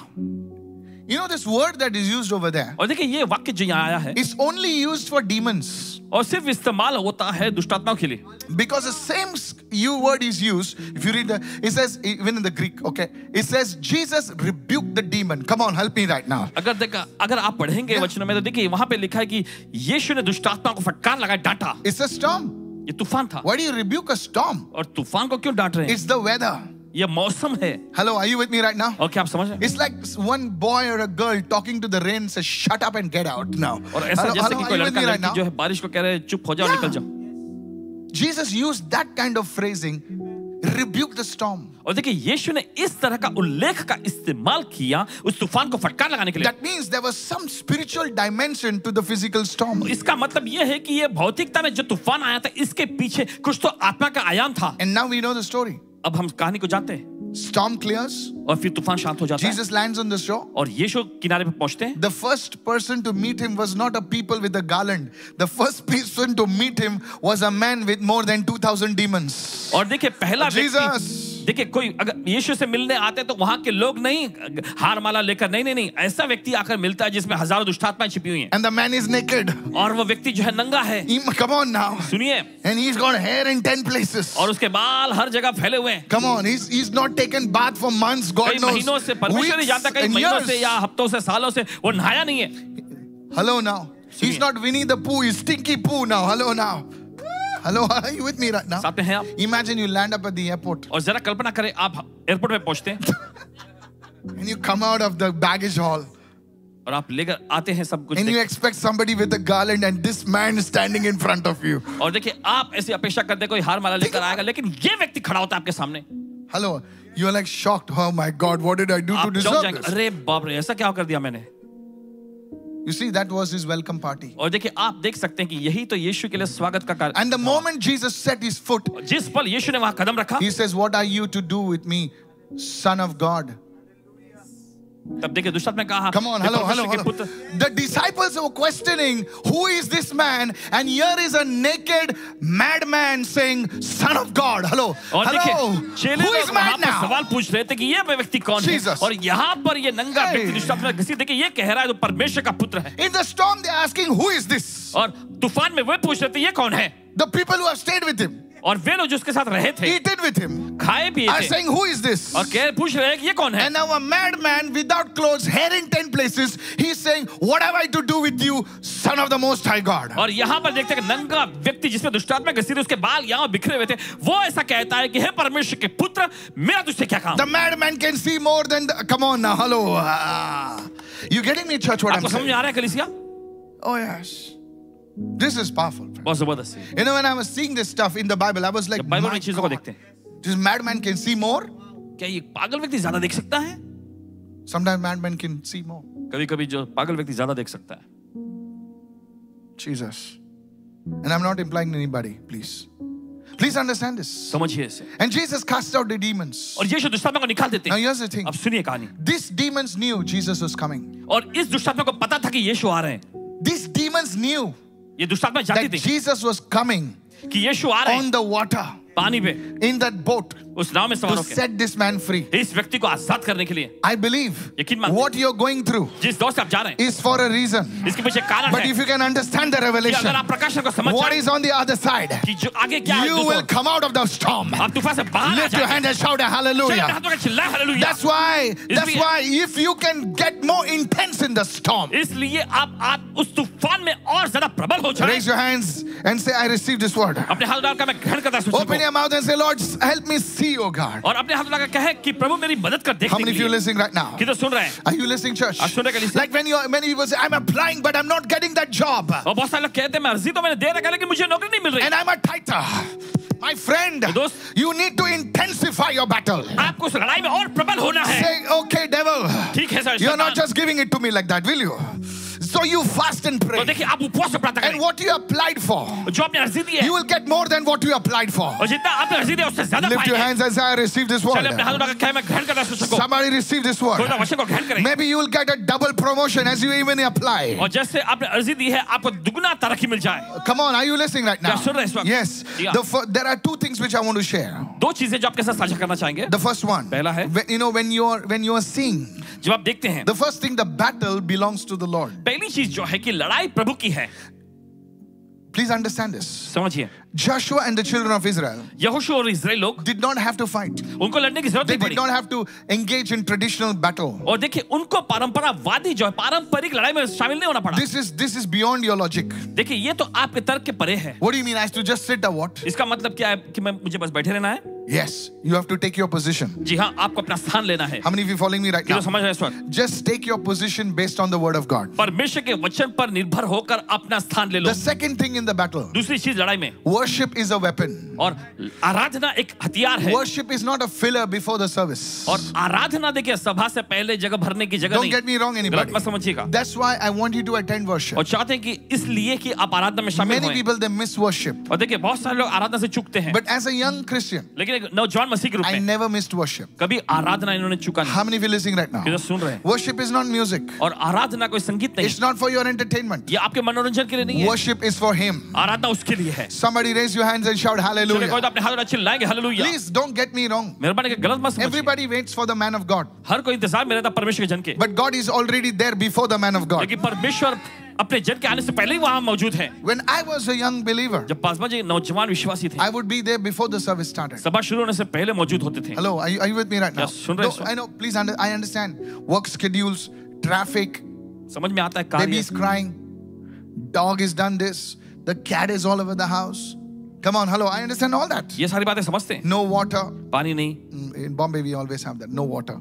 [SPEAKER 1] You You know, this word that is used over there
[SPEAKER 2] और देखिए ये वाक्य जो यहाँ आया है
[SPEAKER 1] is only used for demons
[SPEAKER 2] और सिर्फ इस्तेमाल होता है दुष्टात्माओं के लिए
[SPEAKER 1] because the same sc- you word is used. If you read the, it says, e, even in the Greek, okay, it says, Jesus rebuked the demon. Come on, help me right now.
[SPEAKER 2] अगर देखा अगर आप पढ़ेंगे वचनों में तो देखिए वहां पे लिखा है कि यीशु ने दुष्टात्मा को फटकार लगाया डांटा
[SPEAKER 1] It's a storm.
[SPEAKER 2] ये तूफान था
[SPEAKER 1] Why do you rebuke a storm?
[SPEAKER 2] और तूफान को क्यों डांट रहे हैं
[SPEAKER 1] It's the weather.
[SPEAKER 2] ये मौसम है
[SPEAKER 1] Hello, are you with me right now?
[SPEAKER 2] और क्या आप समझ रहे हैं
[SPEAKER 1] It's like one boy or a girl talking to the rain says, shut up and get out now.
[SPEAKER 2] और ऐसा
[SPEAKER 1] Hello,
[SPEAKER 2] जैसे
[SPEAKER 1] hello,
[SPEAKER 2] कि
[SPEAKER 1] are
[SPEAKER 2] कोई
[SPEAKER 1] you with
[SPEAKER 2] लड़का
[SPEAKER 1] me right
[SPEAKER 2] लड़की
[SPEAKER 1] now?
[SPEAKER 2] जो है बारिश को कह रहे हैं चुप हो जाओ और निकल
[SPEAKER 1] Yeah.
[SPEAKER 2] जाओ
[SPEAKER 1] Jesus used that kind of phrasing, rebuke the storm.
[SPEAKER 2] और देखिए यीशु ने इस तरह का उल्लेख का इस्तेमाल किया उस तूफान को फटकार लगाने के लिए
[SPEAKER 1] That means there was some spiritual dimension to the physical storm.
[SPEAKER 2] इसका मतलब यह है कि यह भौतिकता में जो तूफान आया था इसके पीछे कुछ तो आत्मा का आयाम था
[SPEAKER 1] And now we know the story.
[SPEAKER 2] अब हम कहानी को जानते हैं
[SPEAKER 1] Storm clears,
[SPEAKER 2] और फिर तूफान शांत हो जाता है
[SPEAKER 1] Jesus lands on the shore.
[SPEAKER 2] और यीशु किनारे पे पहुंचते हैं
[SPEAKER 1] The first person to meet him was not a people with a garland. The first person to meet him was a man with more than 2,000 demons.
[SPEAKER 2] और देखिए पहला
[SPEAKER 1] Jesus.
[SPEAKER 2] व्यक्ति देखिए कोई अगर यीशु से मिलने आते तो वहां के लोग नहीं हार माला लेकर नहीं नहीं नहीं ऐसा व्यक्ति आकर मिलता है जिसमें हजारों दुष्टात्माएं छिपी हुई हैं
[SPEAKER 1] And the man is naked.
[SPEAKER 2] और वो व्यक्ति जो है नंगा है
[SPEAKER 1] He- come on now.
[SPEAKER 2] सुनिए
[SPEAKER 1] And he's got hair in 10 places.
[SPEAKER 2] और उसके बाल हर जगह फैले हुए हैं
[SPEAKER 1] Come on, he's, he's not taken bath for months, God
[SPEAKER 2] कई
[SPEAKER 1] knows.
[SPEAKER 2] महीनों से परमेश्वर नहीं
[SPEAKER 1] weeks
[SPEAKER 2] जानता कई
[SPEAKER 1] and
[SPEAKER 2] महीनों
[SPEAKER 1] years.
[SPEAKER 2] से या हफ्तों से सालों से वो नहाया नहीं है
[SPEAKER 1] Hello now. He's
[SPEAKER 2] सुनिए।
[SPEAKER 1] not Winnie the Pooh, he's Stinky Pooh now. Hello now. Hello, are you with me right now?
[SPEAKER 2] साथ में हैं आप
[SPEAKER 1] Imagine you land up at the airport
[SPEAKER 2] और जरा कल्पना करें आप एयरपोर्ट पे पहुंचते हैं
[SPEAKER 1] and you come out of the baggage hall
[SPEAKER 2] और आप लेकर आते हैं सब कुछ
[SPEAKER 1] and you
[SPEAKER 2] देख-
[SPEAKER 1] expect somebody with a garland and this man is standing in front of you.
[SPEAKER 2] और देखिए आप ऐसी अपेक्षा करते हैं, कोई हार माला लेकर आएगा लेकिन ये व्यक्ति खड़ा होता है आपके सामने
[SPEAKER 1] Hello. You're like shocked. Oh my God, what did I do to
[SPEAKER 2] आप चौंक
[SPEAKER 1] deserve
[SPEAKER 2] जाएंगे
[SPEAKER 1] this?
[SPEAKER 2] अरे बाप रे ऐसा क्या कर दिया मैंने
[SPEAKER 1] You see, that was his welcome party.
[SPEAKER 2] और देखिए आप देख सकते हैं कि यही तो यीशु के लिए स्वागत का कार्य
[SPEAKER 1] And the moment Jesus set his foot
[SPEAKER 2] जिस पल यीशु ने वहां कदम रखा
[SPEAKER 1] He says, What are you to do with me, Son of God?
[SPEAKER 2] तब देखिए दुष्ट ने कहा
[SPEAKER 1] Come on,
[SPEAKER 2] कि
[SPEAKER 1] hello,
[SPEAKER 2] परमेश्वर
[SPEAKER 1] hello,
[SPEAKER 2] के
[SPEAKER 1] hello.
[SPEAKER 2] पुत्र
[SPEAKER 1] The disciples were questioning, Who is this man? And here is a naked madman saying, Son of God. Hello.
[SPEAKER 2] और
[SPEAKER 1] Hello.
[SPEAKER 2] देखिए चेले
[SPEAKER 1] Who
[SPEAKER 2] लोग
[SPEAKER 1] is
[SPEAKER 2] वहाँ
[SPEAKER 1] mad
[SPEAKER 2] पर
[SPEAKER 1] now?
[SPEAKER 2] सवाल पूछ रहे थे कि ये व्यक्ति कौन है
[SPEAKER 1] Jesus.
[SPEAKER 2] और यहाँ पर ये नंगा
[SPEAKER 1] Hey.
[SPEAKER 2] व्यक्ति दुष्ट ने घसी देखिए ये कह रहा है तो परमेश्वर का पुत्र है
[SPEAKER 1] In the storm, they're asking, Who is this?
[SPEAKER 2] और तूफान में वे पूछ रहे थे ये कौन है
[SPEAKER 1] The people who have stayed with him,
[SPEAKER 2] और वे लोग जो उसके साथ रहे थे
[SPEAKER 1] eaten with him,
[SPEAKER 2] खाए पिए
[SPEAKER 1] are
[SPEAKER 2] थे
[SPEAKER 1] saying, Who is this?
[SPEAKER 2] और कह पूछ रहे हैं कि ये कौन है
[SPEAKER 1] And now a madman without clothes, hair in 10 places, he's saying, What have I to do with you, Son of the Most High God?
[SPEAKER 2] और यहाँ पर देखते हैं कि नंगा व्यक्ति जिसमें दुष्टात्मा घसी थी उसके बाल यहाँ बिखरे हुए थे वो ऐसा कहता है कि हे परमेश्वर के पुत्र मेरा तुझसे क्या काम
[SPEAKER 1] The madman can see more than the. Come on now, hello. Ah. you getting me, church? What I'm
[SPEAKER 2] आपको समझ में
[SPEAKER 1] saying?
[SPEAKER 2] आ रहा है कलिसिया
[SPEAKER 1] Oh yes, this is powerful. friend.
[SPEAKER 2] बहुत जबरदस्त है
[SPEAKER 1] You know, when I was seeing this stuff in the Bible, I was like,
[SPEAKER 2] जब बाइबल
[SPEAKER 1] "My
[SPEAKER 2] में चीजों को
[SPEAKER 1] God,
[SPEAKER 2] देखते हैं
[SPEAKER 1] this madman can see more.
[SPEAKER 2] क्या ये पागल व्यक्ति ज्यादा देख सकता है
[SPEAKER 1] Sometimes madman can see more.
[SPEAKER 2] कभी कभी जो पागल व्यक्ति ज्यादा देख सकता है
[SPEAKER 1] Jesus, and I'm not implying anybody. Please, please understand this.
[SPEAKER 2] समझिए इसे
[SPEAKER 1] And Jesus cast out the demons.
[SPEAKER 2] और यीशु दुष्टात्मा को निकाल देते
[SPEAKER 1] Now
[SPEAKER 2] हैं
[SPEAKER 1] here's the thing:
[SPEAKER 2] अब सुनिए कहानी
[SPEAKER 1] these demons knew Jesus was coming.
[SPEAKER 2] और इस दुष्टात्मा को पता था कि यीशु आ रहे हैं
[SPEAKER 1] These demons knew
[SPEAKER 2] ये दुष्टात्मा
[SPEAKER 1] that
[SPEAKER 2] जानती थी
[SPEAKER 1] Jesus was coming
[SPEAKER 2] कि यीशु आ रहे
[SPEAKER 1] on
[SPEAKER 2] हैं
[SPEAKER 1] the water
[SPEAKER 2] पानी पे
[SPEAKER 1] in that boat
[SPEAKER 2] उस नाव में
[SPEAKER 1] to
[SPEAKER 2] सवार होकर
[SPEAKER 1] set this man free.
[SPEAKER 2] इस व्यक्ति को आजाद करने के लिए
[SPEAKER 1] I believe
[SPEAKER 2] यकीन मानते हैं।
[SPEAKER 1] what you're going through
[SPEAKER 2] जिस दौर से आप जा रहे हैं
[SPEAKER 1] is for a reason.
[SPEAKER 2] इसके पीछे कारण
[SPEAKER 1] But
[SPEAKER 2] है
[SPEAKER 1] if you can understand the
[SPEAKER 2] कि
[SPEAKER 1] revelation,
[SPEAKER 2] अगर आप प्रकाशन को समझ
[SPEAKER 1] what
[SPEAKER 2] जाएं
[SPEAKER 1] is on the other side,
[SPEAKER 2] कि जो आगे क्या है
[SPEAKER 1] you
[SPEAKER 2] दोस्तों,
[SPEAKER 1] will come out of the storm.
[SPEAKER 2] आप तूफान से बाहर आ
[SPEAKER 1] Lift your
[SPEAKER 2] जाएं
[SPEAKER 1] hand and shout a
[SPEAKER 2] चलिए अपने
[SPEAKER 1] hallelujah.
[SPEAKER 2] हाथों का चिल्ला hallelujah
[SPEAKER 1] That's why, that's
[SPEAKER 2] Isn't it?
[SPEAKER 1] why if you can get more intense in the storm,
[SPEAKER 2] इसलिए आप आप उस तूफान में और ज्यादा प्रबल हो जाएं
[SPEAKER 1] raise your hands and say, I receive this word.
[SPEAKER 2] अपने हाथ उठाकर मैं ग्रहण करता हूं इस
[SPEAKER 1] Open
[SPEAKER 2] सूचना
[SPEAKER 1] your mouth and say, Lord, help me see, oh God.
[SPEAKER 2] को। और अपने हाथ उठाकर कहे कि प्रभु मेरी मदद कर
[SPEAKER 1] How
[SPEAKER 2] देखने
[SPEAKER 1] many
[SPEAKER 2] के
[SPEAKER 1] of you
[SPEAKER 2] लिए
[SPEAKER 1] listening right now?
[SPEAKER 2] किधर सुन रहे हैं
[SPEAKER 1] Are you listening, church?
[SPEAKER 2] आप सुन रहे हैं क्या?
[SPEAKER 1] Like when you many people say, I'm applying, but I'm not getting that job.
[SPEAKER 2] और बहुत सारे लोग कहते हैं मैं अर्जी तो मैंने दे रखा है, लेकिन मुझे नौकरी नहीं मिल रही
[SPEAKER 1] and I'm a tighter. My friend,
[SPEAKER 2] दोस्त।
[SPEAKER 1] you need to intensify your battle.
[SPEAKER 2] आपको उस लड़ाई में और प्रबल होना है
[SPEAKER 1] Say, okay, devil,
[SPEAKER 2] ठीक है सर
[SPEAKER 1] you're not
[SPEAKER 2] शैतान,
[SPEAKER 1] just giving it to me like that, will you? So you fast and
[SPEAKER 2] तो
[SPEAKER 1] pray.
[SPEAKER 2] देखिए आप उपवास से प्रार्थना
[SPEAKER 1] And
[SPEAKER 2] करें
[SPEAKER 1] what you applied for,
[SPEAKER 2] जो आपने अर्जी दी है
[SPEAKER 1] you will get more than what you applied for.
[SPEAKER 2] और जितना आपने अर्जी दिया उससे ज्यादा
[SPEAKER 1] Lift your
[SPEAKER 2] पाएंगे
[SPEAKER 1] hands and say, I receive this
[SPEAKER 2] चलिए अपने हाथ
[SPEAKER 1] word.
[SPEAKER 2] उठाकर कहें मैं ग्रहण करना सोच सकूं
[SPEAKER 1] Somebody receive this
[SPEAKER 2] कोई
[SPEAKER 1] word.
[SPEAKER 2] ना वचन को ग्रहण करें
[SPEAKER 1] Maybe you will get a double promotion as you even apply.
[SPEAKER 2] और जैसे आपने अर्जी दी है आपको दुगना तरक्की मिल जाए
[SPEAKER 1] Come on, are you listening right now?
[SPEAKER 2] क्या सुन रहे हैं इस वक्त?
[SPEAKER 1] Yes.
[SPEAKER 2] जी हाँ।
[SPEAKER 1] The fir- there are two things which I want to share.
[SPEAKER 2] दो चीजें जो आपके साथ साझा करना चाहेंगे
[SPEAKER 1] The first one,
[SPEAKER 2] पहला है।
[SPEAKER 1] when- you know, when you are when you are seeing,
[SPEAKER 2] जब आप देखते हैं
[SPEAKER 1] the first thing, the battle belongs to the Lord.
[SPEAKER 2] पहली चीज जो है कि लड़ाई प्रभु की है
[SPEAKER 1] Please understand this.
[SPEAKER 2] समझिए
[SPEAKER 1] Joshua and the children of Israel
[SPEAKER 2] यहोशू और इसराइल लोग
[SPEAKER 1] did not have to fight.
[SPEAKER 2] उनको लड़ने की जरूरत
[SPEAKER 1] They
[SPEAKER 2] नहीं
[SPEAKER 1] did
[SPEAKER 2] पड़ी
[SPEAKER 1] not have to engage in traditional battle.
[SPEAKER 2] और देखिए उनको परंपरावादी जो है पारंपरिक लड़ाई में शामिल नहीं होना पड़ा
[SPEAKER 1] This is this is beyond your logic.
[SPEAKER 2] देखिए ये तो आपके तर्क के परे है
[SPEAKER 1] What do you mean? I have to just sit or what?
[SPEAKER 2] इसका मतलब क्या है कि मैं मुझे बस बैठे रहना है
[SPEAKER 1] Yes, you have to take your position.
[SPEAKER 2] जी हाँ आपको अपना स्थान लेना है
[SPEAKER 1] How many of you following me right
[SPEAKER 2] कि
[SPEAKER 1] now?
[SPEAKER 2] जो समझ रहे हैं इस वक्त
[SPEAKER 1] Just take your position based on the word of God.
[SPEAKER 2] परमेश्वर के वचन पर निर्भर होकर अपना स्थान ले लो
[SPEAKER 1] The second thing in the battle,
[SPEAKER 2] दूसरी चीज लड़ाई में
[SPEAKER 1] worship is a weapon.
[SPEAKER 2] और आराधना एक हथियार है
[SPEAKER 1] Worship is not a filler before the service.
[SPEAKER 2] और आराधना देखिए सभा से पहले जगह भरने की जगह
[SPEAKER 1] Don't get
[SPEAKER 2] नहीं
[SPEAKER 1] me wrong,
[SPEAKER 2] गलत
[SPEAKER 1] anybody.
[SPEAKER 2] मत समझिएगा
[SPEAKER 1] That's why I want you to attend worship.
[SPEAKER 2] और चाहते हैं कि इसलिए कि आप आराधना में शामिल
[SPEAKER 1] Many
[SPEAKER 2] हों
[SPEAKER 1] people they miss worship.
[SPEAKER 2] और देखिए बहुत सारे लोग आराधना से चूकते हैं
[SPEAKER 1] But as a young Christian,
[SPEAKER 2] लेकिन एक नौजवान मसीह के रूप
[SPEAKER 1] I हाँ।
[SPEAKER 2] में
[SPEAKER 1] never missed worship.
[SPEAKER 2] कभी आराधना इन्होंने चूका नहीं
[SPEAKER 1] How many of you listening right now?
[SPEAKER 2] किधर सुन रहे हैं
[SPEAKER 1] Worship is not music.
[SPEAKER 2] और आराधना कोई संगीत नहीं
[SPEAKER 1] It's not for your entertainment.
[SPEAKER 2] ये आपके मनोरंजन के लिए नहीं है
[SPEAKER 1] Worship is for him.
[SPEAKER 2] आराधना उसके लिए है
[SPEAKER 1] Somebody raise your hands and shout
[SPEAKER 2] चलिए कोई
[SPEAKER 1] hallelujah.
[SPEAKER 2] तो अपने हाथ अच्छे लाएंगे hallelujah
[SPEAKER 1] Please don't get me wrong.
[SPEAKER 2] मेहरबानी के गलत मत समझिए
[SPEAKER 1] Everybody waits for the man of God.
[SPEAKER 2] हर कोई इंतजार में रहता परमेश्वर के जन के
[SPEAKER 1] But God is already there before the man of God.
[SPEAKER 2] लेकिन परमेश्वर अपने जन के आने से पहले ही वहां मौजूद है
[SPEAKER 1] When I was a young believer,
[SPEAKER 2] जब पासवान जी नौजवान विश्वासी थे
[SPEAKER 1] I would be there before the service started.
[SPEAKER 2] सभा शुरू होने से पहले मौजूद होते थे
[SPEAKER 1] Hello, are you, are you with me right now?
[SPEAKER 2] Yes, सुन रहे हैं,
[SPEAKER 1] Though
[SPEAKER 2] sir.
[SPEAKER 1] I know, please, under, I understand. Work schedules, traffic,
[SPEAKER 2] समझ में आता है
[SPEAKER 1] baby
[SPEAKER 2] कार्य
[SPEAKER 1] is crying, dog has done this, the cat is all over the house. Come on, hello, I understand all that.
[SPEAKER 2] ये सारी बातें समझते हैं
[SPEAKER 1] No water.
[SPEAKER 2] पानी नहीं
[SPEAKER 1] Mm, In Bombay, we always have that no water.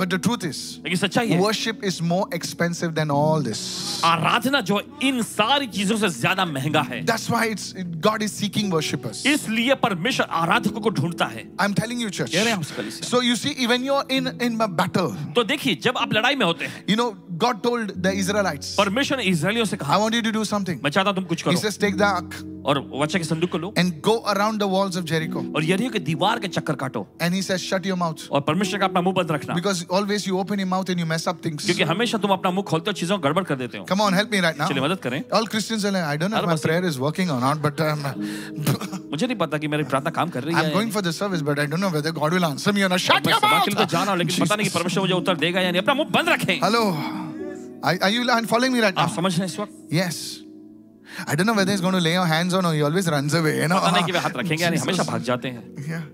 [SPEAKER 1] But the truth is,
[SPEAKER 2] लेकिन सच्चाई है
[SPEAKER 1] worship is more expensive than all this.
[SPEAKER 2] आराधना जो है, इन सारी चीजों से ज्यादा महंगा है
[SPEAKER 1] That's why it's God is seeking worshippers.
[SPEAKER 2] इसलिए परमेश्वर आराधकों को ढूंढता है
[SPEAKER 1] I'm telling you, church.
[SPEAKER 2] कह रहे हैं हम सकल इसे।
[SPEAKER 1] So you see, even you're in in a battle,
[SPEAKER 2] तो देखिए जब आप लड़ाई में होते हैं
[SPEAKER 1] you know, God told the Israelites,
[SPEAKER 2] परमेश्वर ने इसराइलियों से
[SPEAKER 1] I
[SPEAKER 2] कहा
[SPEAKER 1] want you to do something.
[SPEAKER 2] मैं चाहता हूं तुम कुछ
[SPEAKER 1] He
[SPEAKER 2] करो
[SPEAKER 1] says, take the ark
[SPEAKER 2] और वचन के संदूक को लो
[SPEAKER 1] and go around the walls of Jericho.
[SPEAKER 2] और यरियो के दीवार के चक्कर काटो
[SPEAKER 1] And he says, shut your mouth.
[SPEAKER 2] और परमेश्वर का अपना मुंह बंद रखना
[SPEAKER 1] Because always you open your mouth and you mess up things.
[SPEAKER 2] क्योंकि हमेशा तुम अपना मुंह खोलते हो चीजों को गड़बड़ कर देते हो
[SPEAKER 1] Come on, help me right now.
[SPEAKER 2] चलिए मदद करें
[SPEAKER 1] All Christians are like, I don't know if my prayer is working or not, but um,
[SPEAKER 2] मुझे नहीं पता कि मेरी प्रार्थना काम कर रही है
[SPEAKER 1] I'm going for the service, but I don't know whether God will answer me or not. Shut
[SPEAKER 2] मैं
[SPEAKER 1] your
[SPEAKER 2] सभा के लिए तो जा रहा हूं
[SPEAKER 1] mouth!
[SPEAKER 2] लेकिन पता नहीं कि
[SPEAKER 1] Jesus.
[SPEAKER 2] परमेश्वर मुझे उत्तर देगा या नहीं अपना मुंह बंद रखें
[SPEAKER 1] Hello. Are, are you are following me right
[SPEAKER 2] आप
[SPEAKER 1] now?
[SPEAKER 2] समझ रहे हैं इस वक्त
[SPEAKER 1] Yes. I don't know whether he's going to lay your hands on or he always runs away. You know?
[SPEAKER 2] पता नहीं कि वे हाथ रखेंगे या नहीं हमेशा भाग जाते हैं
[SPEAKER 1] Yeah.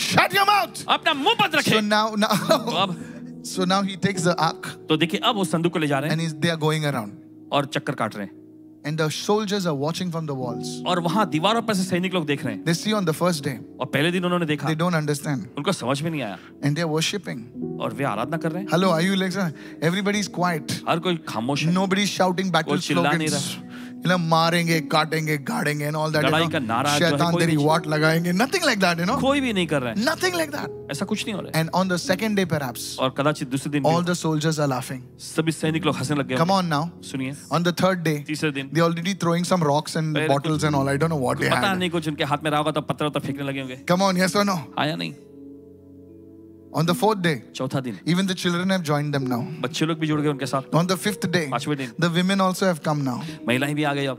[SPEAKER 1] Shut your mouth!
[SPEAKER 2] अपना मुंह बंद
[SPEAKER 1] So
[SPEAKER 2] रखें
[SPEAKER 1] now,
[SPEAKER 2] तो
[SPEAKER 1] now,
[SPEAKER 2] अब
[SPEAKER 1] so now he takes the ark
[SPEAKER 2] तो देखिए अब उस संदूक को ले जा रहे
[SPEAKER 1] and
[SPEAKER 2] हैं
[SPEAKER 1] he's, they are going around.
[SPEAKER 2] और चक्कर काट रहे हैं
[SPEAKER 1] And the soldiers are watching from the walls.
[SPEAKER 2] और वहां दीवारों पर से सैनिक लोग देख रहे हैं
[SPEAKER 1] They see on the first day,
[SPEAKER 2] और पहले दिन उन्होंने देखा
[SPEAKER 1] they don't understand.
[SPEAKER 2] उनको समझ में नहीं आया
[SPEAKER 1] And they're worshipping.
[SPEAKER 2] और वे आराधना कर रहे हैं
[SPEAKER 1] Hello, are you listening? Everybody's quiet.
[SPEAKER 2] हर कोई खामोश है
[SPEAKER 1] Nobody's shouting battle
[SPEAKER 2] कोई चिल्ला नहीं
[SPEAKER 1] slogans. You know, मारेंगे, काटेंगे, गाड़ेंगे, and all that. You
[SPEAKER 2] लड़ाई का
[SPEAKER 1] know,
[SPEAKER 2] नारा जो है,
[SPEAKER 1] शैतान
[SPEAKER 2] कोई
[SPEAKER 1] तेरी
[SPEAKER 2] नहीं-
[SPEAKER 1] वाट लगाएंगे. Nothing like that, you know.
[SPEAKER 2] कोई भी नहीं कर रहा है
[SPEAKER 1] Nothing like that.
[SPEAKER 2] ऐसा कुछ नहीं हो रहा है
[SPEAKER 1] And on the second day, perhaps,
[SPEAKER 2] और कदाचित दूसरे दिन भी
[SPEAKER 1] all the soldiers are laughing.
[SPEAKER 2] सभी सैनिक लोग हंसने लग गए
[SPEAKER 1] Come
[SPEAKER 2] होंगे।
[SPEAKER 1] on now.
[SPEAKER 2] सुनिए
[SPEAKER 1] On the third day,
[SPEAKER 2] तीसरे दिन
[SPEAKER 1] they're already throwing some rocks and
[SPEAKER 2] Very
[SPEAKER 1] bottles and all. I don't know what they
[SPEAKER 2] पता
[SPEAKER 1] had.
[SPEAKER 2] नहीं कुछ उनके हाथ में रहा होगा तो पत्थर तो फेंकने लगे होंगे
[SPEAKER 1] Come on, yes or no?
[SPEAKER 2] आया नहीं
[SPEAKER 1] On the fourth day,
[SPEAKER 2] चौथा दिन
[SPEAKER 1] even the children have joined them now.
[SPEAKER 2] बच्चे लोग भी जुड़ गए उनके साथ
[SPEAKER 1] On the fifth day,
[SPEAKER 2] पांचवें दिन
[SPEAKER 1] the women also have come now.
[SPEAKER 2] महिलाएं भी आ गई अब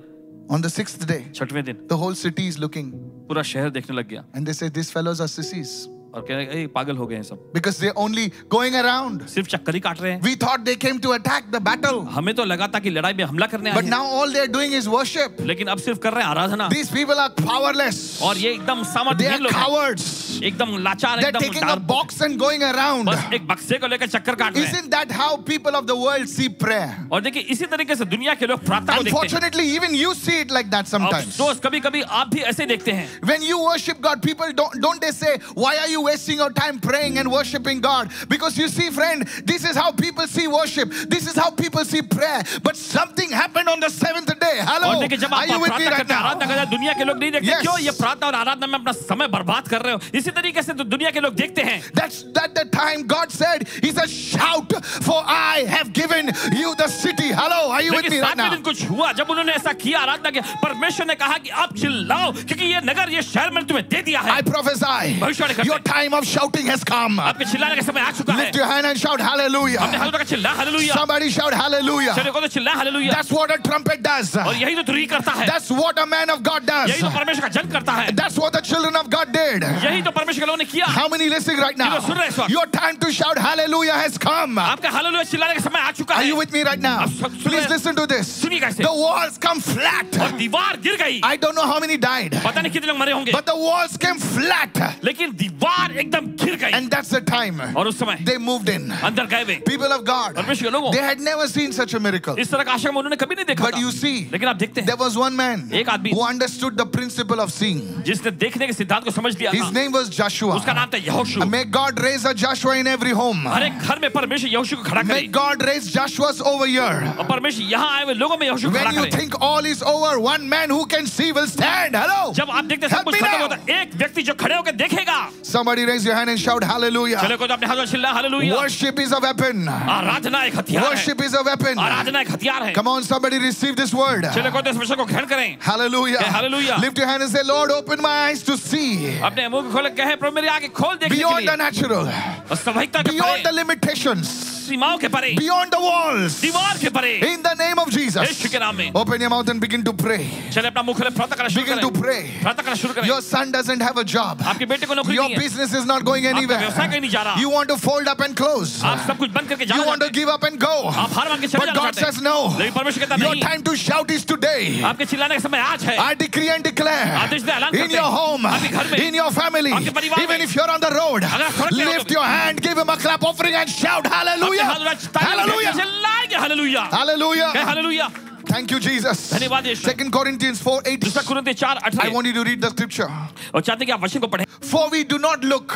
[SPEAKER 1] On the sixth day,
[SPEAKER 2] छठवें दिन
[SPEAKER 1] the whole city is looking
[SPEAKER 2] पूरा शहर देखने लग गया
[SPEAKER 1] and they say, These fellows are sissies
[SPEAKER 2] और कह रहे "ए, पागल हो गए हैं सब
[SPEAKER 1] because they're only going around.
[SPEAKER 2] सिर्फ चक्कर ही काट रहे हैं
[SPEAKER 1] We thought they came to attack the battle,
[SPEAKER 2] हमें तो लगा था कि लड़ाई में हमला करने आए
[SPEAKER 1] but
[SPEAKER 2] हैं
[SPEAKER 1] now all they're doing is worship.
[SPEAKER 2] लेकिन अब सिर्फ कर रहे हैं आराधना
[SPEAKER 1] These people are powerless,
[SPEAKER 2] और ये एकदम
[SPEAKER 1] they are
[SPEAKER 2] सामर्थ्यहीन लोग हैं।
[SPEAKER 1] cowards.
[SPEAKER 2] एकदम लाचार
[SPEAKER 1] They're
[SPEAKER 2] एकदम
[SPEAKER 1] taking a
[SPEAKER 2] Dar-
[SPEAKER 1] box and going around.
[SPEAKER 2] बस एक बक्से को लेकर चक्कर काट रहे हैं
[SPEAKER 1] Isn't that how people of the world see prayer?
[SPEAKER 2] और देखिए इसी तरीके से दुनिया के लोग प्रार्थना को देखते हैं
[SPEAKER 1] Unfortunately, even you see it like that sometimes.
[SPEAKER 2] अफसोस कभी कभी आप भी ऐसे देखते हैं
[SPEAKER 1] When you worship God, people don't don't they say, "Why are you wasting your time praying and worshiping God?" Because you see, friend, this is how people see worship. This is how people see prayer. But something happened on the seventh day.
[SPEAKER 2] और कहते हैं कि जब
[SPEAKER 1] Are
[SPEAKER 2] आप
[SPEAKER 1] you with me
[SPEAKER 2] प्रार्थना
[SPEAKER 1] right
[SPEAKER 2] करते हैं,
[SPEAKER 1] now?
[SPEAKER 2] आराधना करते हैं, दुनिया के लोग नहीं देखते
[SPEAKER 1] Yes.
[SPEAKER 2] क्यों ये प्रार्थना और आराधना में अपना समय बर्बाद कर रहे हो इसी तरीके से तो दुनिया के लोग देखते हैं
[SPEAKER 1] That's that the time God said, He said, Shout, for I have given you the city. Hello, are you with
[SPEAKER 2] लेकिन
[SPEAKER 1] me right
[SPEAKER 2] सातवें दिन
[SPEAKER 1] now?
[SPEAKER 2] कुछ हुआ जब उन्होंने ऐसा किया आराधना किया परमेश्वर ने कहा कि अब चिल्लाओ क्योंकि ये नगर ये शहर मैंने तुम्हें दे दिया है
[SPEAKER 1] I
[SPEAKER 2] भविष्यवाणी
[SPEAKER 1] prophesy.
[SPEAKER 2] करते
[SPEAKER 1] Your
[SPEAKER 2] हैं।
[SPEAKER 1] time of shouting has come.
[SPEAKER 2] आपके चिल्लाने का समय आ चुका है
[SPEAKER 1] Lift your hand and shout
[SPEAKER 2] हमने
[SPEAKER 1] hallelujah.
[SPEAKER 2] हल्लू का चिल्ला हालेलुया
[SPEAKER 1] Somebody shout hallelujah.
[SPEAKER 2] चलो को तो चिल्ला hallelujah
[SPEAKER 1] That's what a trumpet does.
[SPEAKER 2] और यही तो तुरी करता है
[SPEAKER 1] That's what a man of God does.
[SPEAKER 2] यही तो परमेश्वर का जन करता है
[SPEAKER 1] That's what the children of God did.
[SPEAKER 2] यही तो परमेश्वर के लोगों ने किया
[SPEAKER 1] How many listening right now?
[SPEAKER 2] सुन रहे हैं इस वक्त।
[SPEAKER 1] Your time to shout hallelujah has come.
[SPEAKER 2] आपका हालेलुया चिल्लाने का समय आ चुका
[SPEAKER 1] Are
[SPEAKER 2] है
[SPEAKER 1] you with me right now?
[SPEAKER 2] आप सब सुन रहे
[SPEAKER 1] Please
[SPEAKER 2] हैं।
[SPEAKER 1] listen to this.
[SPEAKER 2] सुनिए कैसे
[SPEAKER 1] The walls come
[SPEAKER 2] और
[SPEAKER 1] flat.
[SPEAKER 2] दीवार गिर गई
[SPEAKER 1] I don't know how many died,
[SPEAKER 2] पता नहीं कितने लोग मरे होंगे
[SPEAKER 1] but the walls came flat.
[SPEAKER 2] लेकिन दीवार एकदम गिर गई
[SPEAKER 1] And that's the time
[SPEAKER 2] और उस समय
[SPEAKER 1] they moved in.
[SPEAKER 2] अंदर गए वे
[SPEAKER 1] People of God,
[SPEAKER 2] परमेश्वर के लोगों
[SPEAKER 1] they had never seen such a miracle.
[SPEAKER 2] इस तरह का आश्रम उन्होंने कभी नहीं देखा
[SPEAKER 1] But you
[SPEAKER 2] था।
[SPEAKER 1] see,
[SPEAKER 2] लेकिन आप देखते हैं
[SPEAKER 1] There was one man
[SPEAKER 2] एक आदमी-
[SPEAKER 1] who understood the principle of seeing.
[SPEAKER 2] जिसने देखने के सिद्धांत को समझ लिया
[SPEAKER 1] His
[SPEAKER 2] था
[SPEAKER 1] name was
[SPEAKER 2] उसका
[SPEAKER 1] Uh-huh. Joshua.
[SPEAKER 2] नाम था यहोशू
[SPEAKER 1] May God raise a Joshua in every home.
[SPEAKER 2] हर एक घर में परमेश्वर यहोशू को खड़ा
[SPEAKER 1] May
[SPEAKER 2] करे
[SPEAKER 1] God raise Joshua's over here.
[SPEAKER 2] और परमेश्वर यहाँ आए हुए लोगों में यहोशू को खड़ा
[SPEAKER 1] When you
[SPEAKER 2] करे
[SPEAKER 1] think all is over, one man who can see will stand. Hello.
[SPEAKER 2] जब आप देखते हैं सब
[SPEAKER 1] Help
[SPEAKER 2] कुछ
[SPEAKER 1] me
[SPEAKER 2] खत्म
[SPEAKER 1] now.
[SPEAKER 2] होता है, एक व्यक्ति जो खड़े होकर देखेगा
[SPEAKER 1] Somebody raise your hand and shout
[SPEAKER 2] चलो
[SPEAKER 1] hallelujah.
[SPEAKER 2] को तो अपने हाथ में चिल्ला hallelujah
[SPEAKER 1] Worship is a weapon.
[SPEAKER 2] Ah, आराधना एक हथियार है
[SPEAKER 1] Worship is a weapon.
[SPEAKER 2] आराधना एक हथियार है
[SPEAKER 1] Come on, somebody receive this word.
[SPEAKER 2] चलो को तो इस विषय को ग्रहण करें
[SPEAKER 1] Hallelujah.
[SPEAKER 2] Yeah, hallelujah. Ah,
[SPEAKER 1] Lift your hand and say, Lord, open my eyes to see
[SPEAKER 2] अपने मुंह को खोल के कहे प्रभु मेरी आगे खोल देखने के
[SPEAKER 1] beyond the
[SPEAKER 2] लिए
[SPEAKER 1] natural,
[SPEAKER 2] और स्वाभाविकता के
[SPEAKER 1] beyond the
[SPEAKER 2] परे
[SPEAKER 1] limitations,
[SPEAKER 2] सीमाओं के परे
[SPEAKER 1] beyond the walls.
[SPEAKER 2] दीवार के परे
[SPEAKER 1] In the name of
[SPEAKER 2] Yeshu
[SPEAKER 1] Jesus.
[SPEAKER 2] के नाम में
[SPEAKER 1] Open your mouth and begin to pray.
[SPEAKER 2] चले अपना मुंह खोले प्रार्थना करना शुरू
[SPEAKER 1] Begin to
[SPEAKER 2] करें
[SPEAKER 1] pray.
[SPEAKER 2] प्रार्थना करना शुरू करें
[SPEAKER 1] Your son doesn't have a job.
[SPEAKER 2] आपके बेटे को नौकरी
[SPEAKER 1] Your
[SPEAKER 2] नहीं है
[SPEAKER 1] business is not going
[SPEAKER 2] आपका
[SPEAKER 1] anywhere.
[SPEAKER 2] व्यवसाय कहीं नहीं जा रहा
[SPEAKER 1] You want to fold up and close.
[SPEAKER 2] आप सब कुछ बंद करके
[SPEAKER 1] You
[SPEAKER 2] जाना
[SPEAKER 1] want
[SPEAKER 2] चाहते
[SPEAKER 1] to give up and go.
[SPEAKER 2] हैं। आप हार मान के चले
[SPEAKER 1] But
[SPEAKER 2] जाना
[SPEAKER 1] God
[SPEAKER 2] चाहते
[SPEAKER 1] says
[SPEAKER 2] हैं
[SPEAKER 1] no.
[SPEAKER 2] लेकिन परमेश्वर कहता
[SPEAKER 1] Your
[SPEAKER 2] नहीं
[SPEAKER 1] time to shout is today.
[SPEAKER 2] आपके चिल्लाने का समय आज है
[SPEAKER 1] I decree and declare
[SPEAKER 2] आदेश दे, ऐलान
[SPEAKER 1] in
[SPEAKER 2] करते
[SPEAKER 1] your
[SPEAKER 2] हैं।
[SPEAKER 1] home,
[SPEAKER 2] आपके घर में,
[SPEAKER 1] in your family,
[SPEAKER 2] आपके परिवार में,
[SPEAKER 1] even if you're on the road,
[SPEAKER 2] अगर सड़क पे हो
[SPEAKER 1] lift
[SPEAKER 2] तो-
[SPEAKER 1] your hand, give him a clap offering, and shout
[SPEAKER 2] आपके हाथ
[SPEAKER 1] hallelujah!
[SPEAKER 2] उठाए, तालियां बजाएंगे,
[SPEAKER 1] Hallelujah!
[SPEAKER 2] चिल्लाएंगे हालेलुया कहे
[SPEAKER 1] Hallelujah!
[SPEAKER 2] Hallelujah
[SPEAKER 1] Thank you, Jesus.
[SPEAKER 2] धन्यवाद यीशु।
[SPEAKER 1] 2 Corinthians 4 8.
[SPEAKER 2] दूसरा कुरिन्थियों चार
[SPEAKER 1] I
[SPEAKER 2] अठारह
[SPEAKER 1] want you to read the scripture.
[SPEAKER 2] और चाहते हैं कि आप वचन को पढ़ें
[SPEAKER 1] For we do not look,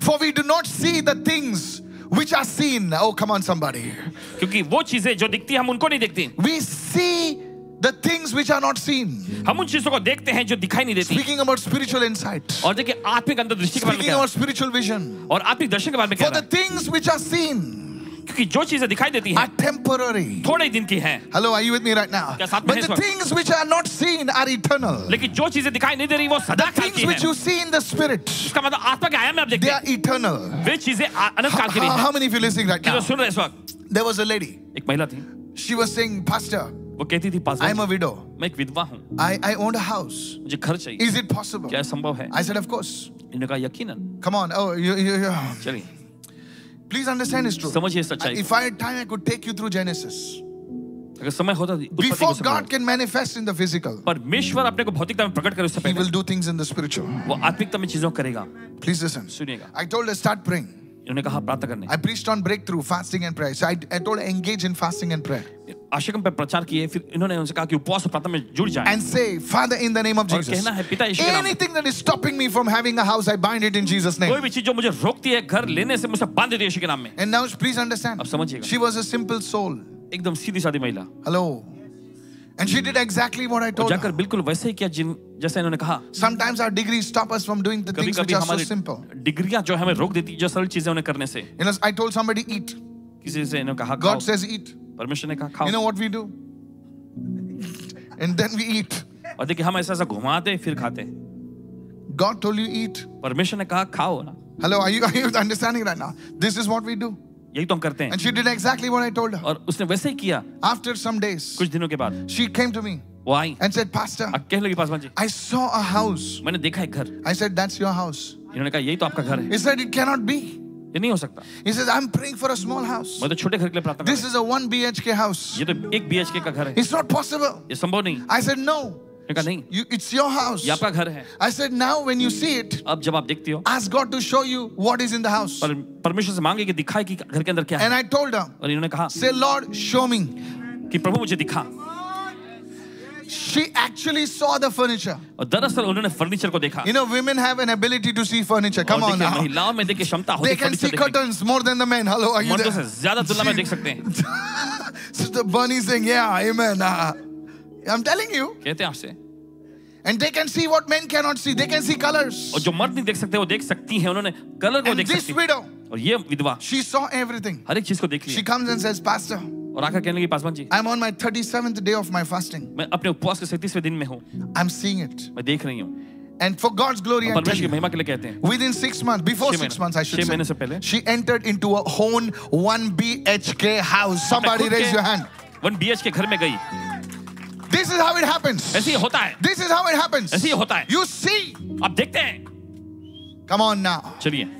[SPEAKER 1] for we do not see the things which are seen. Oh, come on, somebody.
[SPEAKER 2] क्योंकि वो चीजें जो दिखती है हम उनको नहीं देखते
[SPEAKER 1] We see the things which are not seen.
[SPEAKER 2] हम उन चीजों को देखते हैं जो दिखाई नहीं देती
[SPEAKER 1] Speaking about spiritual insight,
[SPEAKER 2] और देखिए आत्मिक अंतर्दृष्टि के बारे में
[SPEAKER 1] speaking
[SPEAKER 2] कह रहा
[SPEAKER 1] about spiritual vision.
[SPEAKER 2] है। और आत्मिक दर्शन के बारे में कह
[SPEAKER 1] For
[SPEAKER 2] रहा
[SPEAKER 1] the
[SPEAKER 2] है
[SPEAKER 1] things which are seen
[SPEAKER 2] क्योंकि जो चीजें दिखाई देती
[SPEAKER 1] are
[SPEAKER 2] हैं
[SPEAKER 1] temporary.
[SPEAKER 2] थोड़े ही दिन की हैं
[SPEAKER 1] Hello, are you with me right now?
[SPEAKER 2] क्या साथ में
[SPEAKER 1] But
[SPEAKER 2] है इस
[SPEAKER 1] the
[SPEAKER 2] वक्त?
[SPEAKER 1] things which are not seen are eternal.
[SPEAKER 2] लेकिन जो चीजें दिखाई नहीं दे रही वो सदा काल
[SPEAKER 1] Things
[SPEAKER 2] की
[SPEAKER 1] which
[SPEAKER 2] हैं
[SPEAKER 1] you see in the spirit,
[SPEAKER 2] इसका मतलब आत्मा के आयाम में आप
[SPEAKER 1] they
[SPEAKER 2] देखते
[SPEAKER 1] are
[SPEAKER 2] हैं
[SPEAKER 1] eternal.
[SPEAKER 2] वे चीजें आ- अनंत
[SPEAKER 1] How,
[SPEAKER 2] काल के लिए हैं
[SPEAKER 1] how many of you listening right
[SPEAKER 2] कि जो
[SPEAKER 1] now?
[SPEAKER 2] सुन रहे हैं इस वक्त
[SPEAKER 1] There was a lady.
[SPEAKER 2] एक महिला थी
[SPEAKER 1] She was saying, Pastor,
[SPEAKER 2] वो कहती थी पास
[SPEAKER 1] I'm a widow.
[SPEAKER 2] मैं एक विधवा हूँ
[SPEAKER 1] I, I own a house.
[SPEAKER 2] मुझे घर चाहिए
[SPEAKER 1] Is it possible?
[SPEAKER 2] क्या संभव है
[SPEAKER 1] I said, Of course.
[SPEAKER 2] इन्होंने कहा यकीनन
[SPEAKER 1] Come on. Oh, you, you, you.
[SPEAKER 2] चलिए
[SPEAKER 1] Please understand it's true.
[SPEAKER 2] समझिए सच्चाई
[SPEAKER 1] If I had time, I could take you through Genesis.
[SPEAKER 2] अगर समय होता तो उत्पत्ति को
[SPEAKER 1] Before
[SPEAKER 2] समझाओ।
[SPEAKER 1] God can manifest in the physical,
[SPEAKER 2] परमेश्वर अपने को भौतिकता में प्रकट करे उससे
[SPEAKER 1] He
[SPEAKER 2] पहले
[SPEAKER 1] will do things in the spiritual.
[SPEAKER 2] वो आत्मिकता में चीजों को करेगा
[SPEAKER 1] Please listen.
[SPEAKER 2] सुनिएगा
[SPEAKER 1] I told her, start praying.
[SPEAKER 2] इन्होंने कहा प्रार्थना करने
[SPEAKER 1] I preached on breakthrough, fasting, and prayer. So I, I told her, engage in fasting and prayer.
[SPEAKER 2] आशिकम पर प्रचार किए फिर इन्होंने उनसे कहा कि उपवास और प्रार्थना में जुड़ जाए
[SPEAKER 1] And say, Father, in the name of
[SPEAKER 2] और
[SPEAKER 1] Jesus,
[SPEAKER 2] कहना है, पिता यीशु के नाम में।
[SPEAKER 1] anything that is stopping me from having a house, I bind it in Jesus'
[SPEAKER 2] कोई
[SPEAKER 1] name.
[SPEAKER 2] भी चीज जो मुझे रोकती है घर लेने से मुझे बांध देती है यीशु के नाम में
[SPEAKER 1] And now, please understand,
[SPEAKER 2] अब समझिएगा।
[SPEAKER 1] she was a simple soul.
[SPEAKER 2] एकदम सीधी सादी महिला और
[SPEAKER 1] Hello. And she did exactly what I told
[SPEAKER 2] जाकर
[SPEAKER 1] her.
[SPEAKER 2] बिल्कुल वैसे ही किया जिन जैसा इन्होंने कहा
[SPEAKER 1] Sometimes our degrees stop us from doing the
[SPEAKER 2] कभी
[SPEAKER 1] things which
[SPEAKER 2] कभी
[SPEAKER 1] are so
[SPEAKER 2] हमारी
[SPEAKER 1] simple.
[SPEAKER 2] डिग्रियां जो हमें रोक देती है, जो सरल चीजें उन्हें करने से
[SPEAKER 1] You know, I told somebody, eat.
[SPEAKER 2] किसी से इन्होंने कहा
[SPEAKER 1] God
[SPEAKER 2] खाओ
[SPEAKER 1] says, eat.
[SPEAKER 2] परमेश्वर ने कहा
[SPEAKER 1] You
[SPEAKER 2] खाओ
[SPEAKER 1] know what we do? And then we eat.
[SPEAKER 2] और देखिए हम ऐसा ऐसा घुमाते फिर खाते
[SPEAKER 1] God told you, eat.
[SPEAKER 2] परमेश्वर ने कहा खाओ ना
[SPEAKER 1] Hello, are you, are you understanding right now? This is what we do.
[SPEAKER 2] यही तो हम करते हैं
[SPEAKER 1] And she did exactly what I told her.
[SPEAKER 2] और उसने वैसे ही किया
[SPEAKER 1] After some days,
[SPEAKER 2] कुछ दिनों के बाद
[SPEAKER 1] she came to me
[SPEAKER 2] वो आई
[SPEAKER 1] and said, Pastor,
[SPEAKER 2] अब कहने लगी Paswan ji
[SPEAKER 1] I saw a house.
[SPEAKER 2] मैंने देखा एक घर
[SPEAKER 1] I said, That's your house.
[SPEAKER 2] इन्होंने कहा यही तो आपका घर है
[SPEAKER 1] He said, It cannot be.
[SPEAKER 2] ये नहीं हो सकता
[SPEAKER 1] He says, I'm praying for a small house.
[SPEAKER 2] मैं तो छोटे घर के लिए प्रार्थना कर
[SPEAKER 1] This is a 1 BHK house.
[SPEAKER 2] रहा हूं। ये तो एक बीएचके का घर है
[SPEAKER 1] It's not possible.
[SPEAKER 2] ये संभव नहीं
[SPEAKER 1] I said, No.
[SPEAKER 2] मैंने कहा नहीं
[SPEAKER 1] You, it's your house.
[SPEAKER 2] ये आपका घर है
[SPEAKER 1] I said, Now when you see it,
[SPEAKER 2] अब जब आप देखती हो
[SPEAKER 1] ask God to show you what is in the house.
[SPEAKER 2] पर परमेश्वर से मांगे कि दिखाए कि घर के अंदर क्या है
[SPEAKER 1] And I told her,
[SPEAKER 2] और इन्होंने कहा
[SPEAKER 1] Say, Lord, show me.
[SPEAKER 2] कि प्रभु मुझे दिखा
[SPEAKER 1] She actually saw the furniture.
[SPEAKER 2] और दरअसल उन्होंने फर्नीचर को देखा
[SPEAKER 1] You know, women have an ability to see furniture.
[SPEAKER 2] और
[SPEAKER 1] Come on
[SPEAKER 2] देखिए,
[SPEAKER 1] now.
[SPEAKER 2] महिलाओं में देखिए क्षमता होती
[SPEAKER 1] They
[SPEAKER 2] है
[SPEAKER 1] can
[SPEAKER 2] furniture
[SPEAKER 1] see
[SPEAKER 2] देखने की।
[SPEAKER 1] curtains more than the men. Hello, are you
[SPEAKER 2] मर्दों से
[SPEAKER 1] there?
[SPEAKER 2] ज्यादा तुलना में देख सकते हैं
[SPEAKER 1] so the bunny saying, yeah, amen. Uh, I'm telling you.
[SPEAKER 2] कहते हैं आपसे
[SPEAKER 1] And they can see what men cannot see. They can see colors.
[SPEAKER 2] और जो मर्द नहीं देख सकते वो देख सकती हैं उन्होंने कलर को
[SPEAKER 1] And
[SPEAKER 2] देख
[SPEAKER 1] this
[SPEAKER 2] सकती हैं।
[SPEAKER 1] widow,
[SPEAKER 2] और ये विधवा
[SPEAKER 1] she saw everything.
[SPEAKER 2] हर एक चीज को देख
[SPEAKER 1] She
[SPEAKER 2] Lee
[SPEAKER 1] comes and says, Pastor,
[SPEAKER 2] और आकर कहने लगी Paswan ji
[SPEAKER 1] I'm on my 37th day of my fasting.
[SPEAKER 2] मैं अपने उपवास के सैतीसवें दिन में हूँ
[SPEAKER 1] I'm seeing it.
[SPEAKER 2] मैं देख रही हूँ
[SPEAKER 1] And for God's glory, I tell
[SPEAKER 2] परमेश्वर की
[SPEAKER 1] you,
[SPEAKER 2] महिमा के लिए कहते हैं
[SPEAKER 1] within six months, before
[SPEAKER 2] छह
[SPEAKER 1] six
[SPEAKER 2] महीने-
[SPEAKER 1] months, I should
[SPEAKER 2] छह महीने से
[SPEAKER 1] say,
[SPEAKER 2] पहले।
[SPEAKER 1] she entered into a own 1 BHK house. Somebody raise your hand.
[SPEAKER 2] One B के घर में गई
[SPEAKER 1] This is how it happens.
[SPEAKER 2] ऐसे ही होता है
[SPEAKER 1] This is how it happens.
[SPEAKER 2] ऐसे ही होता है।
[SPEAKER 1] You see.
[SPEAKER 2] आप देखते हैं
[SPEAKER 1] Come on now.
[SPEAKER 2] चलिए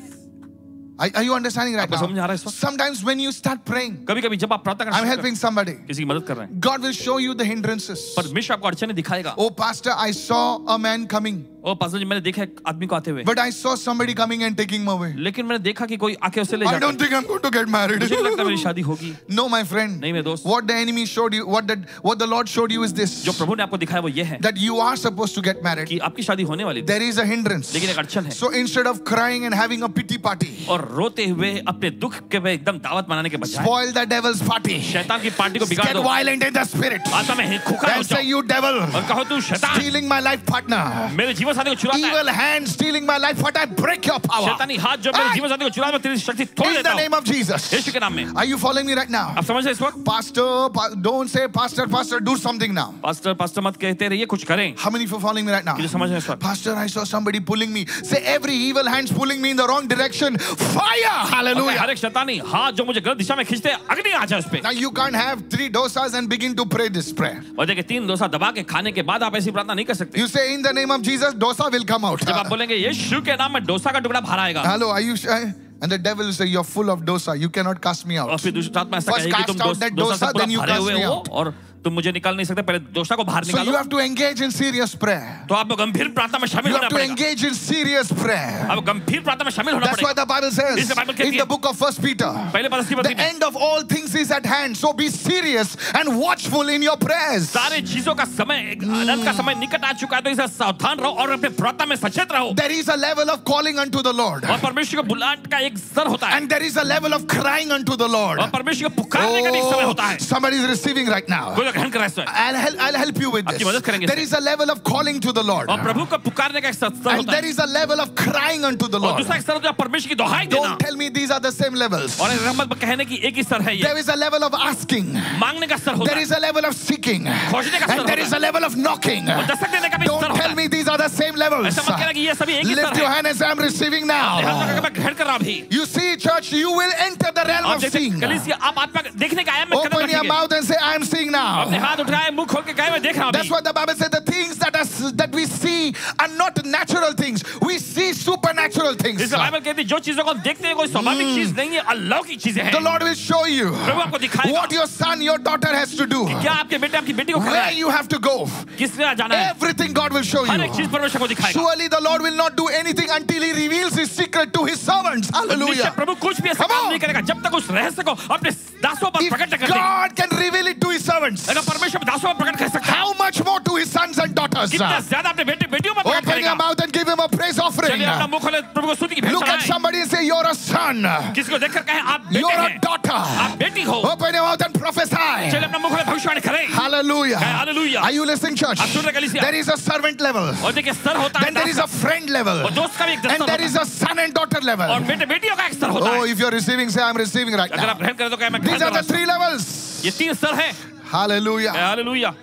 [SPEAKER 1] Are, are you understanding right
[SPEAKER 2] आपको समझ आ रहा
[SPEAKER 1] now?
[SPEAKER 2] है इस वक्त?
[SPEAKER 1] Sometimes when you start praying,
[SPEAKER 2] कभी कभी जब आप प्रार्थना करना
[SPEAKER 1] I'm
[SPEAKER 2] शुरू करते
[SPEAKER 1] helping somebody.
[SPEAKER 2] हैं, किसी की मदद कर रहे हैं
[SPEAKER 1] God will show you the hindrances.
[SPEAKER 2] परमेश्वर आपको अड़चने दिखाएगा
[SPEAKER 1] Oh, Pastor, I साw a man coming,
[SPEAKER 2] ओ पासवान जी मैंने देखा एक आदमी को आते हुए
[SPEAKER 1] but I saw somebody coming and taking him away.
[SPEAKER 2] लेकिन मैंने देखा कि कोई आके उसे ले
[SPEAKER 1] I
[SPEAKER 2] जाता
[SPEAKER 1] don't
[SPEAKER 2] है।
[SPEAKER 1] think I'm going to get married.
[SPEAKER 2] मुझे नहीं लगता मेरी शादी होगी
[SPEAKER 1] no, my friend.
[SPEAKER 2] नहीं मेरे दोस्त
[SPEAKER 1] What the enemy showed you, what the, what the Lord showed you is this
[SPEAKER 2] जो प्रभु ने आपको दिखाया वो ये है
[SPEAKER 1] that you are supposed to get married.
[SPEAKER 2] कि आपकी शादी होने वाली थी
[SPEAKER 1] There is a hindrance.
[SPEAKER 2] लेकिन एक अड़चन है
[SPEAKER 1] So instead of crying and having a pity party,
[SPEAKER 2] और रोते हुए अपने दुख के पे एकदम दावत मनाने के बजाय
[SPEAKER 1] spoil the devil's party.
[SPEAKER 2] शैतान की पार्टी को बिगाड़
[SPEAKER 1] Get
[SPEAKER 2] दो
[SPEAKER 1] violent in the spirit.
[SPEAKER 2] आत्मा में हिल- खुखा हो
[SPEAKER 1] And say,
[SPEAKER 2] जाओ
[SPEAKER 1] You devil,
[SPEAKER 2] और कहो तू शैतान
[SPEAKER 1] stealing my life partner.
[SPEAKER 2] मेरे जीवन साथी को चुराता है
[SPEAKER 1] Evil hand stealing my life, but I break your power.
[SPEAKER 2] शैतानी हाथ जो मेरे
[SPEAKER 1] Hey!
[SPEAKER 2] जीवन साथी को चुराता है, मैं तेरी शक्ति तोड़
[SPEAKER 1] In
[SPEAKER 2] देता
[SPEAKER 1] the
[SPEAKER 2] हूँ
[SPEAKER 1] name of Jesus.
[SPEAKER 2] यीशु के नाम में
[SPEAKER 1] Are you following me right now?
[SPEAKER 2] आप समझ रहे हैं इस वक्त
[SPEAKER 1] Pastor, pa- don't say pastor, pastor, do something now.
[SPEAKER 2] Pastor pastor मत कहते रहिए कुछ करें
[SPEAKER 1] How many of you are following me right now?
[SPEAKER 2] मुझे समझ रहे हैं इस वक्त
[SPEAKER 1] Pastor, I saw somebody pulling me. Say every evil hand's pulling me in the wrong direction. Fire!
[SPEAKER 2] और
[SPEAKER 1] Hallelujah.
[SPEAKER 2] हर एक शैतानी हाथ जो मुझे गलत दिशा में खींचते हैं, अग्नि आ जाए उस पे
[SPEAKER 1] Now you can't have three dosas and begin to pray this prayer.
[SPEAKER 2] और देखिए तीन डोसा दबा के खाने के बाद आप ऐसी प्रार्थना नहीं कर सकते
[SPEAKER 1] You say in the name of Jesus, dosa will come out.
[SPEAKER 2] जब आप बोलेंगे यीशु के नाम में डोसा का टुकड़ा बाहर आएगा
[SPEAKER 1] Hello, are you shy? And the devil will say, You're full of dosa. You cannot cast me
[SPEAKER 2] और
[SPEAKER 1] out.
[SPEAKER 2] फिर दूसरे साथ में ऐसा
[SPEAKER 1] First
[SPEAKER 2] कहेगी कि तुम
[SPEAKER 1] cast out
[SPEAKER 2] dose-
[SPEAKER 1] that
[SPEAKER 2] dosa
[SPEAKER 1] dosa,
[SPEAKER 2] से पूरा
[SPEAKER 1] then you
[SPEAKER 2] भरे
[SPEAKER 1] cast
[SPEAKER 2] हुए
[SPEAKER 1] me
[SPEAKER 2] हो
[SPEAKER 1] out.
[SPEAKER 2] और तुम मुझे निकाल नहीं सकते पहले डोसा को बाहर
[SPEAKER 1] So you
[SPEAKER 2] निकालो
[SPEAKER 1] have to engage in serious prayer.
[SPEAKER 2] तो आपको गंभीर प्रार्थना में शामिल
[SPEAKER 1] You
[SPEAKER 2] होना
[SPEAKER 1] have to
[SPEAKER 2] पड़ेगा
[SPEAKER 1] engage in serious prayer.
[SPEAKER 2] अब गंभीर प्रार्थना में शामिल होना
[SPEAKER 1] That's why
[SPEAKER 2] पड़ेगा
[SPEAKER 1] the Bible says
[SPEAKER 2] इसलिए बाइबल कहती
[SPEAKER 1] in the
[SPEAKER 2] है।
[SPEAKER 1] book of First Peter.
[SPEAKER 2] पहले पता
[SPEAKER 1] The end of all things is at hand. So be serious and watchful in your prayers.
[SPEAKER 2] सारे चीजों का समय एक आनंद का समय निकट आ चुका है तो इसे सावधान रहो और अपने प्रार्थना में सचेत रहो
[SPEAKER 1] There is a level of calling unto the Lord,
[SPEAKER 2] और परमेश्वर के बुलाहट का एक स्तर होता है
[SPEAKER 1] and there is a level of crying unto the Lord. Oh,
[SPEAKER 2] और परमेश्वर को पुकारने का भी एक समय होता है
[SPEAKER 1] somebody is receiving right now.
[SPEAKER 2] कोई तो ग्रहण कर रहा है इस समय।
[SPEAKER 1] I'll help, I'll help you with this.
[SPEAKER 2] आपकी मदद करेंगे
[SPEAKER 1] There is a level of calling to the Lord,
[SPEAKER 2] और प्रभु को पुकारने का एक स्तर
[SPEAKER 1] and
[SPEAKER 2] होता
[SPEAKER 1] there
[SPEAKER 2] है
[SPEAKER 1] is a level of crying unto the
[SPEAKER 2] और
[SPEAKER 1] Lord.
[SPEAKER 2] दूसरा एक स्तर होता है परमेश्वर की दोहाई देना
[SPEAKER 1] Don't tell me these are the same levels.
[SPEAKER 2] और ऐसा मत कहने की एक ही स्तर है ये
[SPEAKER 1] There is a level of asking.
[SPEAKER 2] मांगने का स्तर होता
[SPEAKER 1] There
[SPEAKER 2] है
[SPEAKER 1] is a level of seeking.
[SPEAKER 2] खोजने का स्तर
[SPEAKER 1] And there
[SPEAKER 2] होता
[SPEAKER 1] is a level of knocking.
[SPEAKER 2] Dastak देने का भी
[SPEAKER 1] Don't
[SPEAKER 2] स्तर होता
[SPEAKER 1] tell
[SPEAKER 2] है
[SPEAKER 1] me these are the same levels.
[SPEAKER 2] ऐसा मत कहना कि ये सभी एक ही
[SPEAKER 1] Lift
[SPEAKER 2] स्तर
[SPEAKER 1] your
[SPEAKER 2] है
[SPEAKER 1] hand and say, I'm receiving
[SPEAKER 2] ध्यान
[SPEAKER 1] now.
[SPEAKER 2] रखो कि मैं ग्रहण कर रहा हूं अभी
[SPEAKER 1] You see, church, you will enter the realm
[SPEAKER 2] आप
[SPEAKER 1] of
[SPEAKER 2] देखते
[SPEAKER 1] seeing.
[SPEAKER 2] कलीसिया आप आत्मा के- देखने का आया मैं कदम
[SPEAKER 1] Open your
[SPEAKER 2] रखेंगे
[SPEAKER 1] mouth and say, I'm seeing
[SPEAKER 2] अपने
[SPEAKER 1] now.
[SPEAKER 2] हाथ उठाए मुंह खोल के कहे मैं देख रहा हूं
[SPEAKER 1] That's
[SPEAKER 2] अभी
[SPEAKER 1] what the Bible said. The things that are that we see are not natural things. We see supernatural things.
[SPEAKER 2] इसलिए
[SPEAKER 1] The
[SPEAKER 2] बाइबल कहती है जो चीजों को हम देखते हैं कोई स्वाभाविक चीज नहीं है अल्लाह की चीजें हैं
[SPEAKER 1] Hmm। Lord will show you
[SPEAKER 2] प्रभु आपको दिखाएगा
[SPEAKER 1] what your son, your daughter has to do,
[SPEAKER 2] क्या आपके बेटे आपकी बेटी को करना
[SPEAKER 1] where
[SPEAKER 2] है
[SPEAKER 1] you have to go.
[SPEAKER 2] किस तरह जाना है
[SPEAKER 1] Everything God will show
[SPEAKER 2] हर
[SPEAKER 1] you.
[SPEAKER 2] एक चीज परमेश्वर को दिखाएगा
[SPEAKER 1] Surely the Lord will not do anything until He reveals His secret to His servants.
[SPEAKER 2] निश्चय
[SPEAKER 1] Hallelujah.
[SPEAKER 2] प्रभु कुछ भी ऐसा
[SPEAKER 1] Come
[SPEAKER 2] काम
[SPEAKER 1] on.
[SPEAKER 2] नहीं करेगा जब तक उस रहस्य को अपने दासों पर
[SPEAKER 1] If
[SPEAKER 2] प्रकट न कर दे
[SPEAKER 1] God can reveal it to His servants,
[SPEAKER 2] अगर परमेश्वर अपने दासों पर प्रकट कर सकता है
[SPEAKER 1] how much more to His sons and daughters?
[SPEAKER 2] कितना ज्यादा अपने बेटे बेटियों पर प्रकट
[SPEAKER 1] Open your
[SPEAKER 2] करेगा
[SPEAKER 1] mouth and give Him a praise offering.
[SPEAKER 2] चलिए अपना मुंह खोले प्रभु को स्तुति की भेंट
[SPEAKER 1] Look at
[SPEAKER 2] चढ़ाएं।
[SPEAKER 1] somebody and say, You're a son.
[SPEAKER 2] किसी को देखकर कहे आप
[SPEAKER 1] You're
[SPEAKER 2] बेटे
[SPEAKER 1] a
[SPEAKER 2] हैं
[SPEAKER 1] daughter.
[SPEAKER 2] आप बेटी हो
[SPEAKER 1] Open your mouth and prophesy.
[SPEAKER 2] चलिए अपना मुंह खोले भविष्यवाणी करें
[SPEAKER 1] Hallelujah.
[SPEAKER 2] Kaya, hallelujah.
[SPEAKER 1] Are you listening, church?
[SPEAKER 2] आप सुन रहे कलिसिया
[SPEAKER 1] There is a servant level,
[SPEAKER 2] और देखिए स्तर होता है
[SPEAKER 1] then there is
[SPEAKER 2] दास
[SPEAKER 1] a friend level,
[SPEAKER 2] और दोस्त का भी एक
[SPEAKER 1] and
[SPEAKER 2] दस्तर
[SPEAKER 1] there is a son and daughter
[SPEAKER 2] होता है। और
[SPEAKER 1] level.
[SPEAKER 2] बेटे बेटियों का एक स्तर होता
[SPEAKER 1] Oh,
[SPEAKER 2] है
[SPEAKER 1] if you're receiving, say, I'm receiving right
[SPEAKER 2] अगर
[SPEAKER 1] now.
[SPEAKER 2] आप ग्रहण करें तो कहे मैं ग्रहण
[SPEAKER 1] These are
[SPEAKER 2] कर
[SPEAKER 1] the
[SPEAKER 2] रहा
[SPEAKER 1] three levels.
[SPEAKER 2] हूं। ये तीन स्तर है
[SPEAKER 1] Hallelujah.
[SPEAKER 2] Hallelujah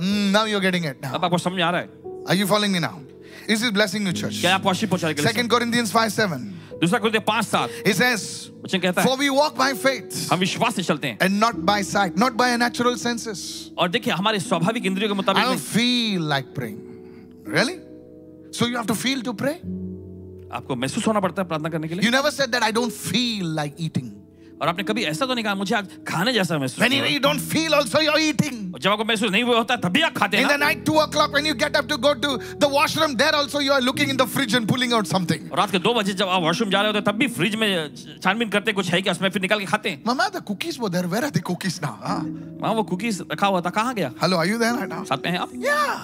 [SPEAKER 1] Mm, now you're getting it. Now.
[SPEAKER 2] अब आपको समझ आ रहा है
[SPEAKER 1] Are you following me now? Is this blessing you, church?
[SPEAKER 2] क्या आपको आशीष पहुंचाने के लिए
[SPEAKER 1] Second Corinthians 5 7.
[SPEAKER 2] दूसरा कुछ पांच सात
[SPEAKER 1] It says,
[SPEAKER 2] वचन कहता है
[SPEAKER 1] For we walk by faith
[SPEAKER 2] हम विश्वास से चलते हैं
[SPEAKER 1] and not by sight, not by our natural senses.
[SPEAKER 2] और देखिए हमारे स्वाभाविक इंद्रियों के मुताबिक
[SPEAKER 1] I don't
[SPEAKER 2] नहीं।
[SPEAKER 1] feel like praying. Really? So you have to feel to pray?
[SPEAKER 2] आपको महसूस होना पड़ता है प्रार्थना करने के लिए
[SPEAKER 1] You never said that I don't feel like eating.
[SPEAKER 2] और आपने कभी ऐसा तो नहीं कहा मुझे आज खाने जैसा महसूस
[SPEAKER 1] When
[SPEAKER 2] नहीं
[SPEAKER 1] you,
[SPEAKER 2] हो रहा।
[SPEAKER 1] you don't feel, also you're eating.
[SPEAKER 2] और जब आपको महसूस नहीं हुआ होता तभी आप खाते
[SPEAKER 1] In
[SPEAKER 2] हैं
[SPEAKER 1] the
[SPEAKER 2] ना।
[SPEAKER 1] night, 2 o'clock, when you get up to go to the washroom, there also you are looking in the fridge and pulling out something.
[SPEAKER 2] और रात के दो बजे जब आप वॉशरूम जा रहे होते हैं, तब भी फ्रिज में छानबीन करते हैं, कुछ है क्या उसमें फिर निकाल के खाते हैं
[SPEAKER 1] Mama, the cookies were there. Where are the cookies now? Huh?
[SPEAKER 2] वहाँ हाँ, वो कुकीज रखा हुआ था कहाँ गया
[SPEAKER 1] Hello, are you there right now?
[SPEAKER 2] साथ में हैं आप
[SPEAKER 1] Yeah.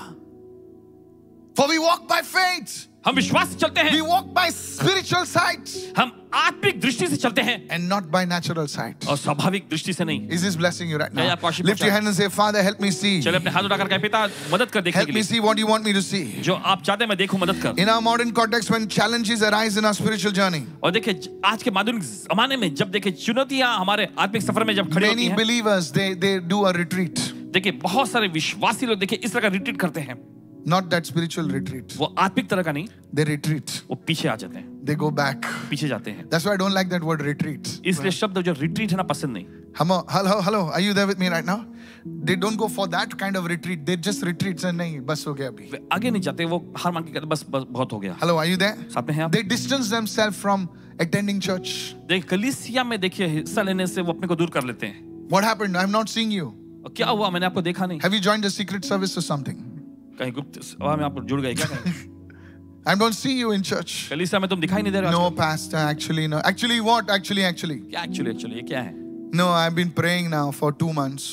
[SPEAKER 1] For we walk by faith
[SPEAKER 2] हम विश्वास से चलते
[SPEAKER 1] We
[SPEAKER 2] हैं
[SPEAKER 1] walk by spiritual sight
[SPEAKER 2] हम आत्मिक दृष्टि से चलते हैं
[SPEAKER 1] and not by natural sight.
[SPEAKER 2] और स्वाभाविक दृष्टि से नहीं
[SPEAKER 1] Is this blessing you right
[SPEAKER 2] क्या ये
[SPEAKER 1] now?
[SPEAKER 2] आपको आशीष
[SPEAKER 1] Lift your
[SPEAKER 2] पहुंचा?
[SPEAKER 1] hand and say, Father, help me see.
[SPEAKER 2] चले अपने हाथ उठाकर कहे पिता मदद कर देखने
[SPEAKER 1] Help
[SPEAKER 2] के
[SPEAKER 1] me
[SPEAKER 2] लिए
[SPEAKER 1] see what you want me to see.
[SPEAKER 2] जो आप चाहते हैं मैं देखूं मदद कर
[SPEAKER 1] In our modern context, when challenges arise in our spiritual journey,
[SPEAKER 2] और देखिए ज- आज के आधुनिक जमाने में जब देखिए चुनौतियां हमारे आत्मिक सफर में जब खड़ी होती
[SPEAKER 1] many
[SPEAKER 2] हैं
[SPEAKER 1] believers they they do a retreat.
[SPEAKER 2] देखिए बहुत सारे विश्वासी लोग देखिए इस तरह का रिट्रीट करते हैं
[SPEAKER 1] Not that spiritual retreat.
[SPEAKER 2] वो आत्मिक तरह का नहीं
[SPEAKER 1] They retreat.
[SPEAKER 2] वो पीछे आ जाते हैं
[SPEAKER 1] They go back.
[SPEAKER 2] पीछे जाते हैं
[SPEAKER 1] That's why I don't like that word retreat.
[SPEAKER 2] इसलिए शब्द जो रिट्रीट है ना पसंद नहीं
[SPEAKER 1] Hello, hello, hello. Are you there with me right now? They don't go for that kind of retreat. They just retreats and nahi, bas ho gaya abhi.
[SPEAKER 2] वे आगे नहीं जाते वो हार मान के कहते बस बस बहुत हो गया
[SPEAKER 1] Hello, are you there?
[SPEAKER 2] साथ में हैं आप
[SPEAKER 1] They distance themselves from attending church.
[SPEAKER 2] देख कलिसिया में देखिए हिस्सा लेने से वो अपने को दूर कर लेते हैं
[SPEAKER 1] What happened? I'm not seeing you.
[SPEAKER 2] और क्या हुआ मैंने आपको देखा नहीं
[SPEAKER 1] Have you joined a secret service or something?
[SPEAKER 2] कहीं गुप्त सभा में आप जुड़ गए क्या कहीं?
[SPEAKER 1] I don't see you in church.
[SPEAKER 2] कलिसिया में तुम दिखाई नहीं दे रहे हो
[SPEAKER 1] No, Pastor, actually, no. Actually, what? Actually, actually.
[SPEAKER 2] आजकल। क्या एक्चुअली एक्चुअली ये क्या है
[SPEAKER 1] No, I've been praying now for two months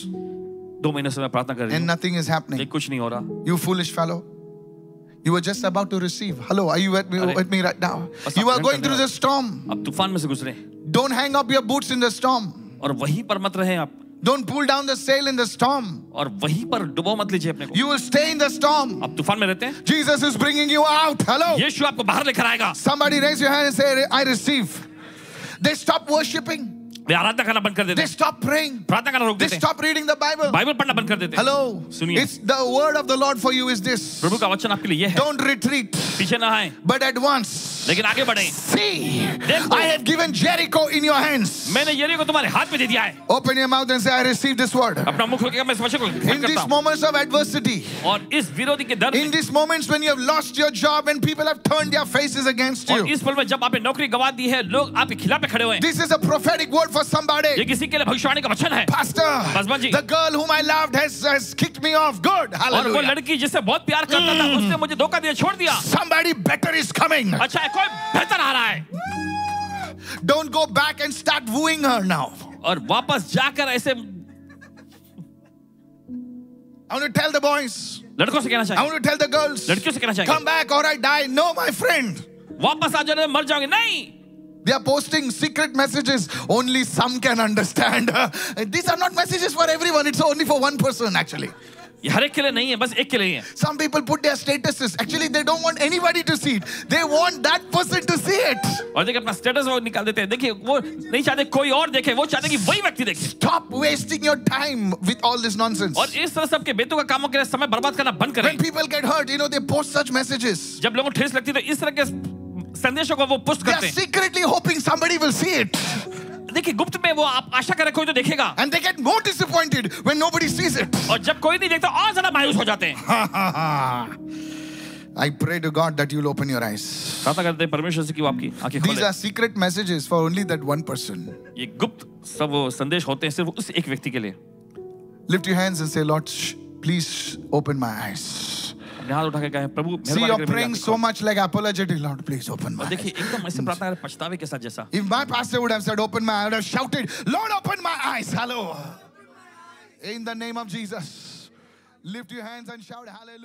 [SPEAKER 2] दो महीने से मैं प्रार्थना कर रही
[SPEAKER 1] and
[SPEAKER 2] हूँ
[SPEAKER 1] nothing is happening.
[SPEAKER 2] लेकिन कुछ नहीं हो रहा
[SPEAKER 1] You foolish fellow. You were just about to receive. Hello, are you with me,
[SPEAKER 2] अरे।
[SPEAKER 1] with me right now?
[SPEAKER 2] बस
[SPEAKER 1] You
[SPEAKER 2] आप
[SPEAKER 1] are going
[SPEAKER 2] ग्रहण
[SPEAKER 1] through
[SPEAKER 2] करने
[SPEAKER 1] the storm.
[SPEAKER 2] अब तूफान में से गुजरे
[SPEAKER 1] Don't hang up your boots in the storm.
[SPEAKER 2] और वहीं पर मत रहे आप
[SPEAKER 1] Don't pull down the sail in the storm.
[SPEAKER 2] और वहीं पर डुबो मत लीजिए अपने को
[SPEAKER 1] You will stay in the storm.
[SPEAKER 2] आप तूफान में रहते हैं
[SPEAKER 1] Jesus is bringing you out. Hello.
[SPEAKER 2] यीशु आपको बाहर लेकर आएगा
[SPEAKER 1] Somebody raise your hand and say, I receive. They stop worshiping.
[SPEAKER 2] वे आराधना करना बंद कर देते
[SPEAKER 1] They
[SPEAKER 2] हैं
[SPEAKER 1] stop praying.
[SPEAKER 2] प्रार्थना करना रोक
[SPEAKER 1] They
[SPEAKER 2] देते हैं
[SPEAKER 1] stop reading the Bible.
[SPEAKER 2] Bible पढ़ना बंद कर देते हैं
[SPEAKER 1] Hello.
[SPEAKER 2] सुनिए।
[SPEAKER 1] It's the word of the Lord for you is this.
[SPEAKER 2] प्रभु का वचन आपके लिए ये है
[SPEAKER 1] Don't retreat,
[SPEAKER 2] पीछे ना आए
[SPEAKER 1] but at once.
[SPEAKER 2] लेकिन आगे बढ़े
[SPEAKER 1] See,
[SPEAKER 2] देखो।
[SPEAKER 1] I have given Jericho in your hands.
[SPEAKER 2] मैंने ये को तुम्हारे हाथ में दे दिया है
[SPEAKER 1] Open your mouth and say, I receive this word.
[SPEAKER 2] अपना मुख रखेगा मैं इस वचन को ग्रहण
[SPEAKER 1] In
[SPEAKER 2] करता
[SPEAKER 1] these
[SPEAKER 2] हूं।
[SPEAKER 1] moments of adversity,
[SPEAKER 2] और इस विरोधी के दर्द
[SPEAKER 1] in
[SPEAKER 2] में,
[SPEAKER 1] these moments when you have lost your job and people have turned their faces against
[SPEAKER 2] और
[SPEAKER 1] you,
[SPEAKER 2] इस पल में जब आपने नौकरी गवा दी है लोग आपके खिलाफ में खड़े हुए हैं
[SPEAKER 1] this is a prophetic word for
[SPEAKER 2] ये
[SPEAKER 1] somebody.
[SPEAKER 2] किसी के लिए भविष्यवाणी का वचन है
[SPEAKER 1] Pastor,
[SPEAKER 2] Pastor ji.
[SPEAKER 1] the girl whom I loved has, has kicked me off. Good.
[SPEAKER 2] और वो
[SPEAKER 1] Hallelujah.
[SPEAKER 2] लड़की जिससे बहुत प्यार करता था उसने मुझे धोखा दिया छोड़ दिया
[SPEAKER 1] Somebody better is coming.
[SPEAKER 2] अच्छा है कोई बेहतर आ रहा है
[SPEAKER 1] Don't go back and start wooing her now.
[SPEAKER 2] और वापस जाकर ऐसे लड़कों
[SPEAKER 1] I want to tell the boys.
[SPEAKER 2] से कहना
[SPEAKER 1] I
[SPEAKER 2] चाहिए
[SPEAKER 1] want to tell the girls.
[SPEAKER 2] लड़कियों से कहना
[SPEAKER 1] Come
[SPEAKER 2] चाहिए
[SPEAKER 1] back or I die. No, my friend.
[SPEAKER 2] वापस आ जाओ मर जाओगे नहीं
[SPEAKER 1] They are posting secret messages. Only some can understand. These are not messages for everyone. It's only for one person, actually.
[SPEAKER 2] ये हर एक के लिए नहीं है बस एक के लिए ही है
[SPEAKER 1] Some people put their statuses. Actually, they don't want anybody to see it. They want that person to see it.
[SPEAKER 2] और देखिए अपना स्टेटस वो निकाल देते हैं देखिए वो नहीं चाहते कोई और देखे वो चाहते कि वही व्यक्ति देखे
[SPEAKER 1] Stop wasting your time with all this nonsense.
[SPEAKER 2] और इस तरह सबके बेतुका कामों के लिए समय बर्बाद करना बंद करें
[SPEAKER 1] When people get hurt, you know, they post such messages.
[SPEAKER 2] जब लोगों को ठेस लगती है तो इस तरह के संदेशों को वो पुष्ट
[SPEAKER 1] They are
[SPEAKER 2] करते हैं
[SPEAKER 1] secretly hoping somebody will see it.
[SPEAKER 2] देखिए गुप्त में वो आप आशा करें कोई तो देखेगा
[SPEAKER 1] And they get more disappointed when nobody sees it.
[SPEAKER 2] और जब कोई नहीं देखता और ज्यादा मायूस हो जाते हैं
[SPEAKER 1] I pray to God that you'll open your eyes.
[SPEAKER 2] प्रार्थना करते हैं परमेश्वर से कि वो आपकी आंखें
[SPEAKER 1] These
[SPEAKER 2] खोले
[SPEAKER 1] are secret messages for only that one person.
[SPEAKER 2] ये गुप्त सब वो संदेश होते हैं सिर्फ उस एक व्यक्ति के लिए
[SPEAKER 1] Lift your hands and say, Lord, shh, please shh, open my eyes.
[SPEAKER 2] अपने हाथ उठा के कहे प्रभु
[SPEAKER 1] See,
[SPEAKER 2] मेहरबानी
[SPEAKER 1] you're
[SPEAKER 2] करके मेरी
[SPEAKER 1] praying
[SPEAKER 2] आंखें
[SPEAKER 1] so
[SPEAKER 2] खोलो।
[SPEAKER 1] much like apologetic, Lord, please open my
[SPEAKER 2] और देखिए
[SPEAKER 1] eyes.
[SPEAKER 2] एकदम ऐसे प्रार्थना करें पछतावे के साथ जैसा
[SPEAKER 1] If my pastor would have said, open my eyes, I would have shouted, Lord, open my eyes. Hello. In the name of Jesus, lift your hands and shout, Hallelujah.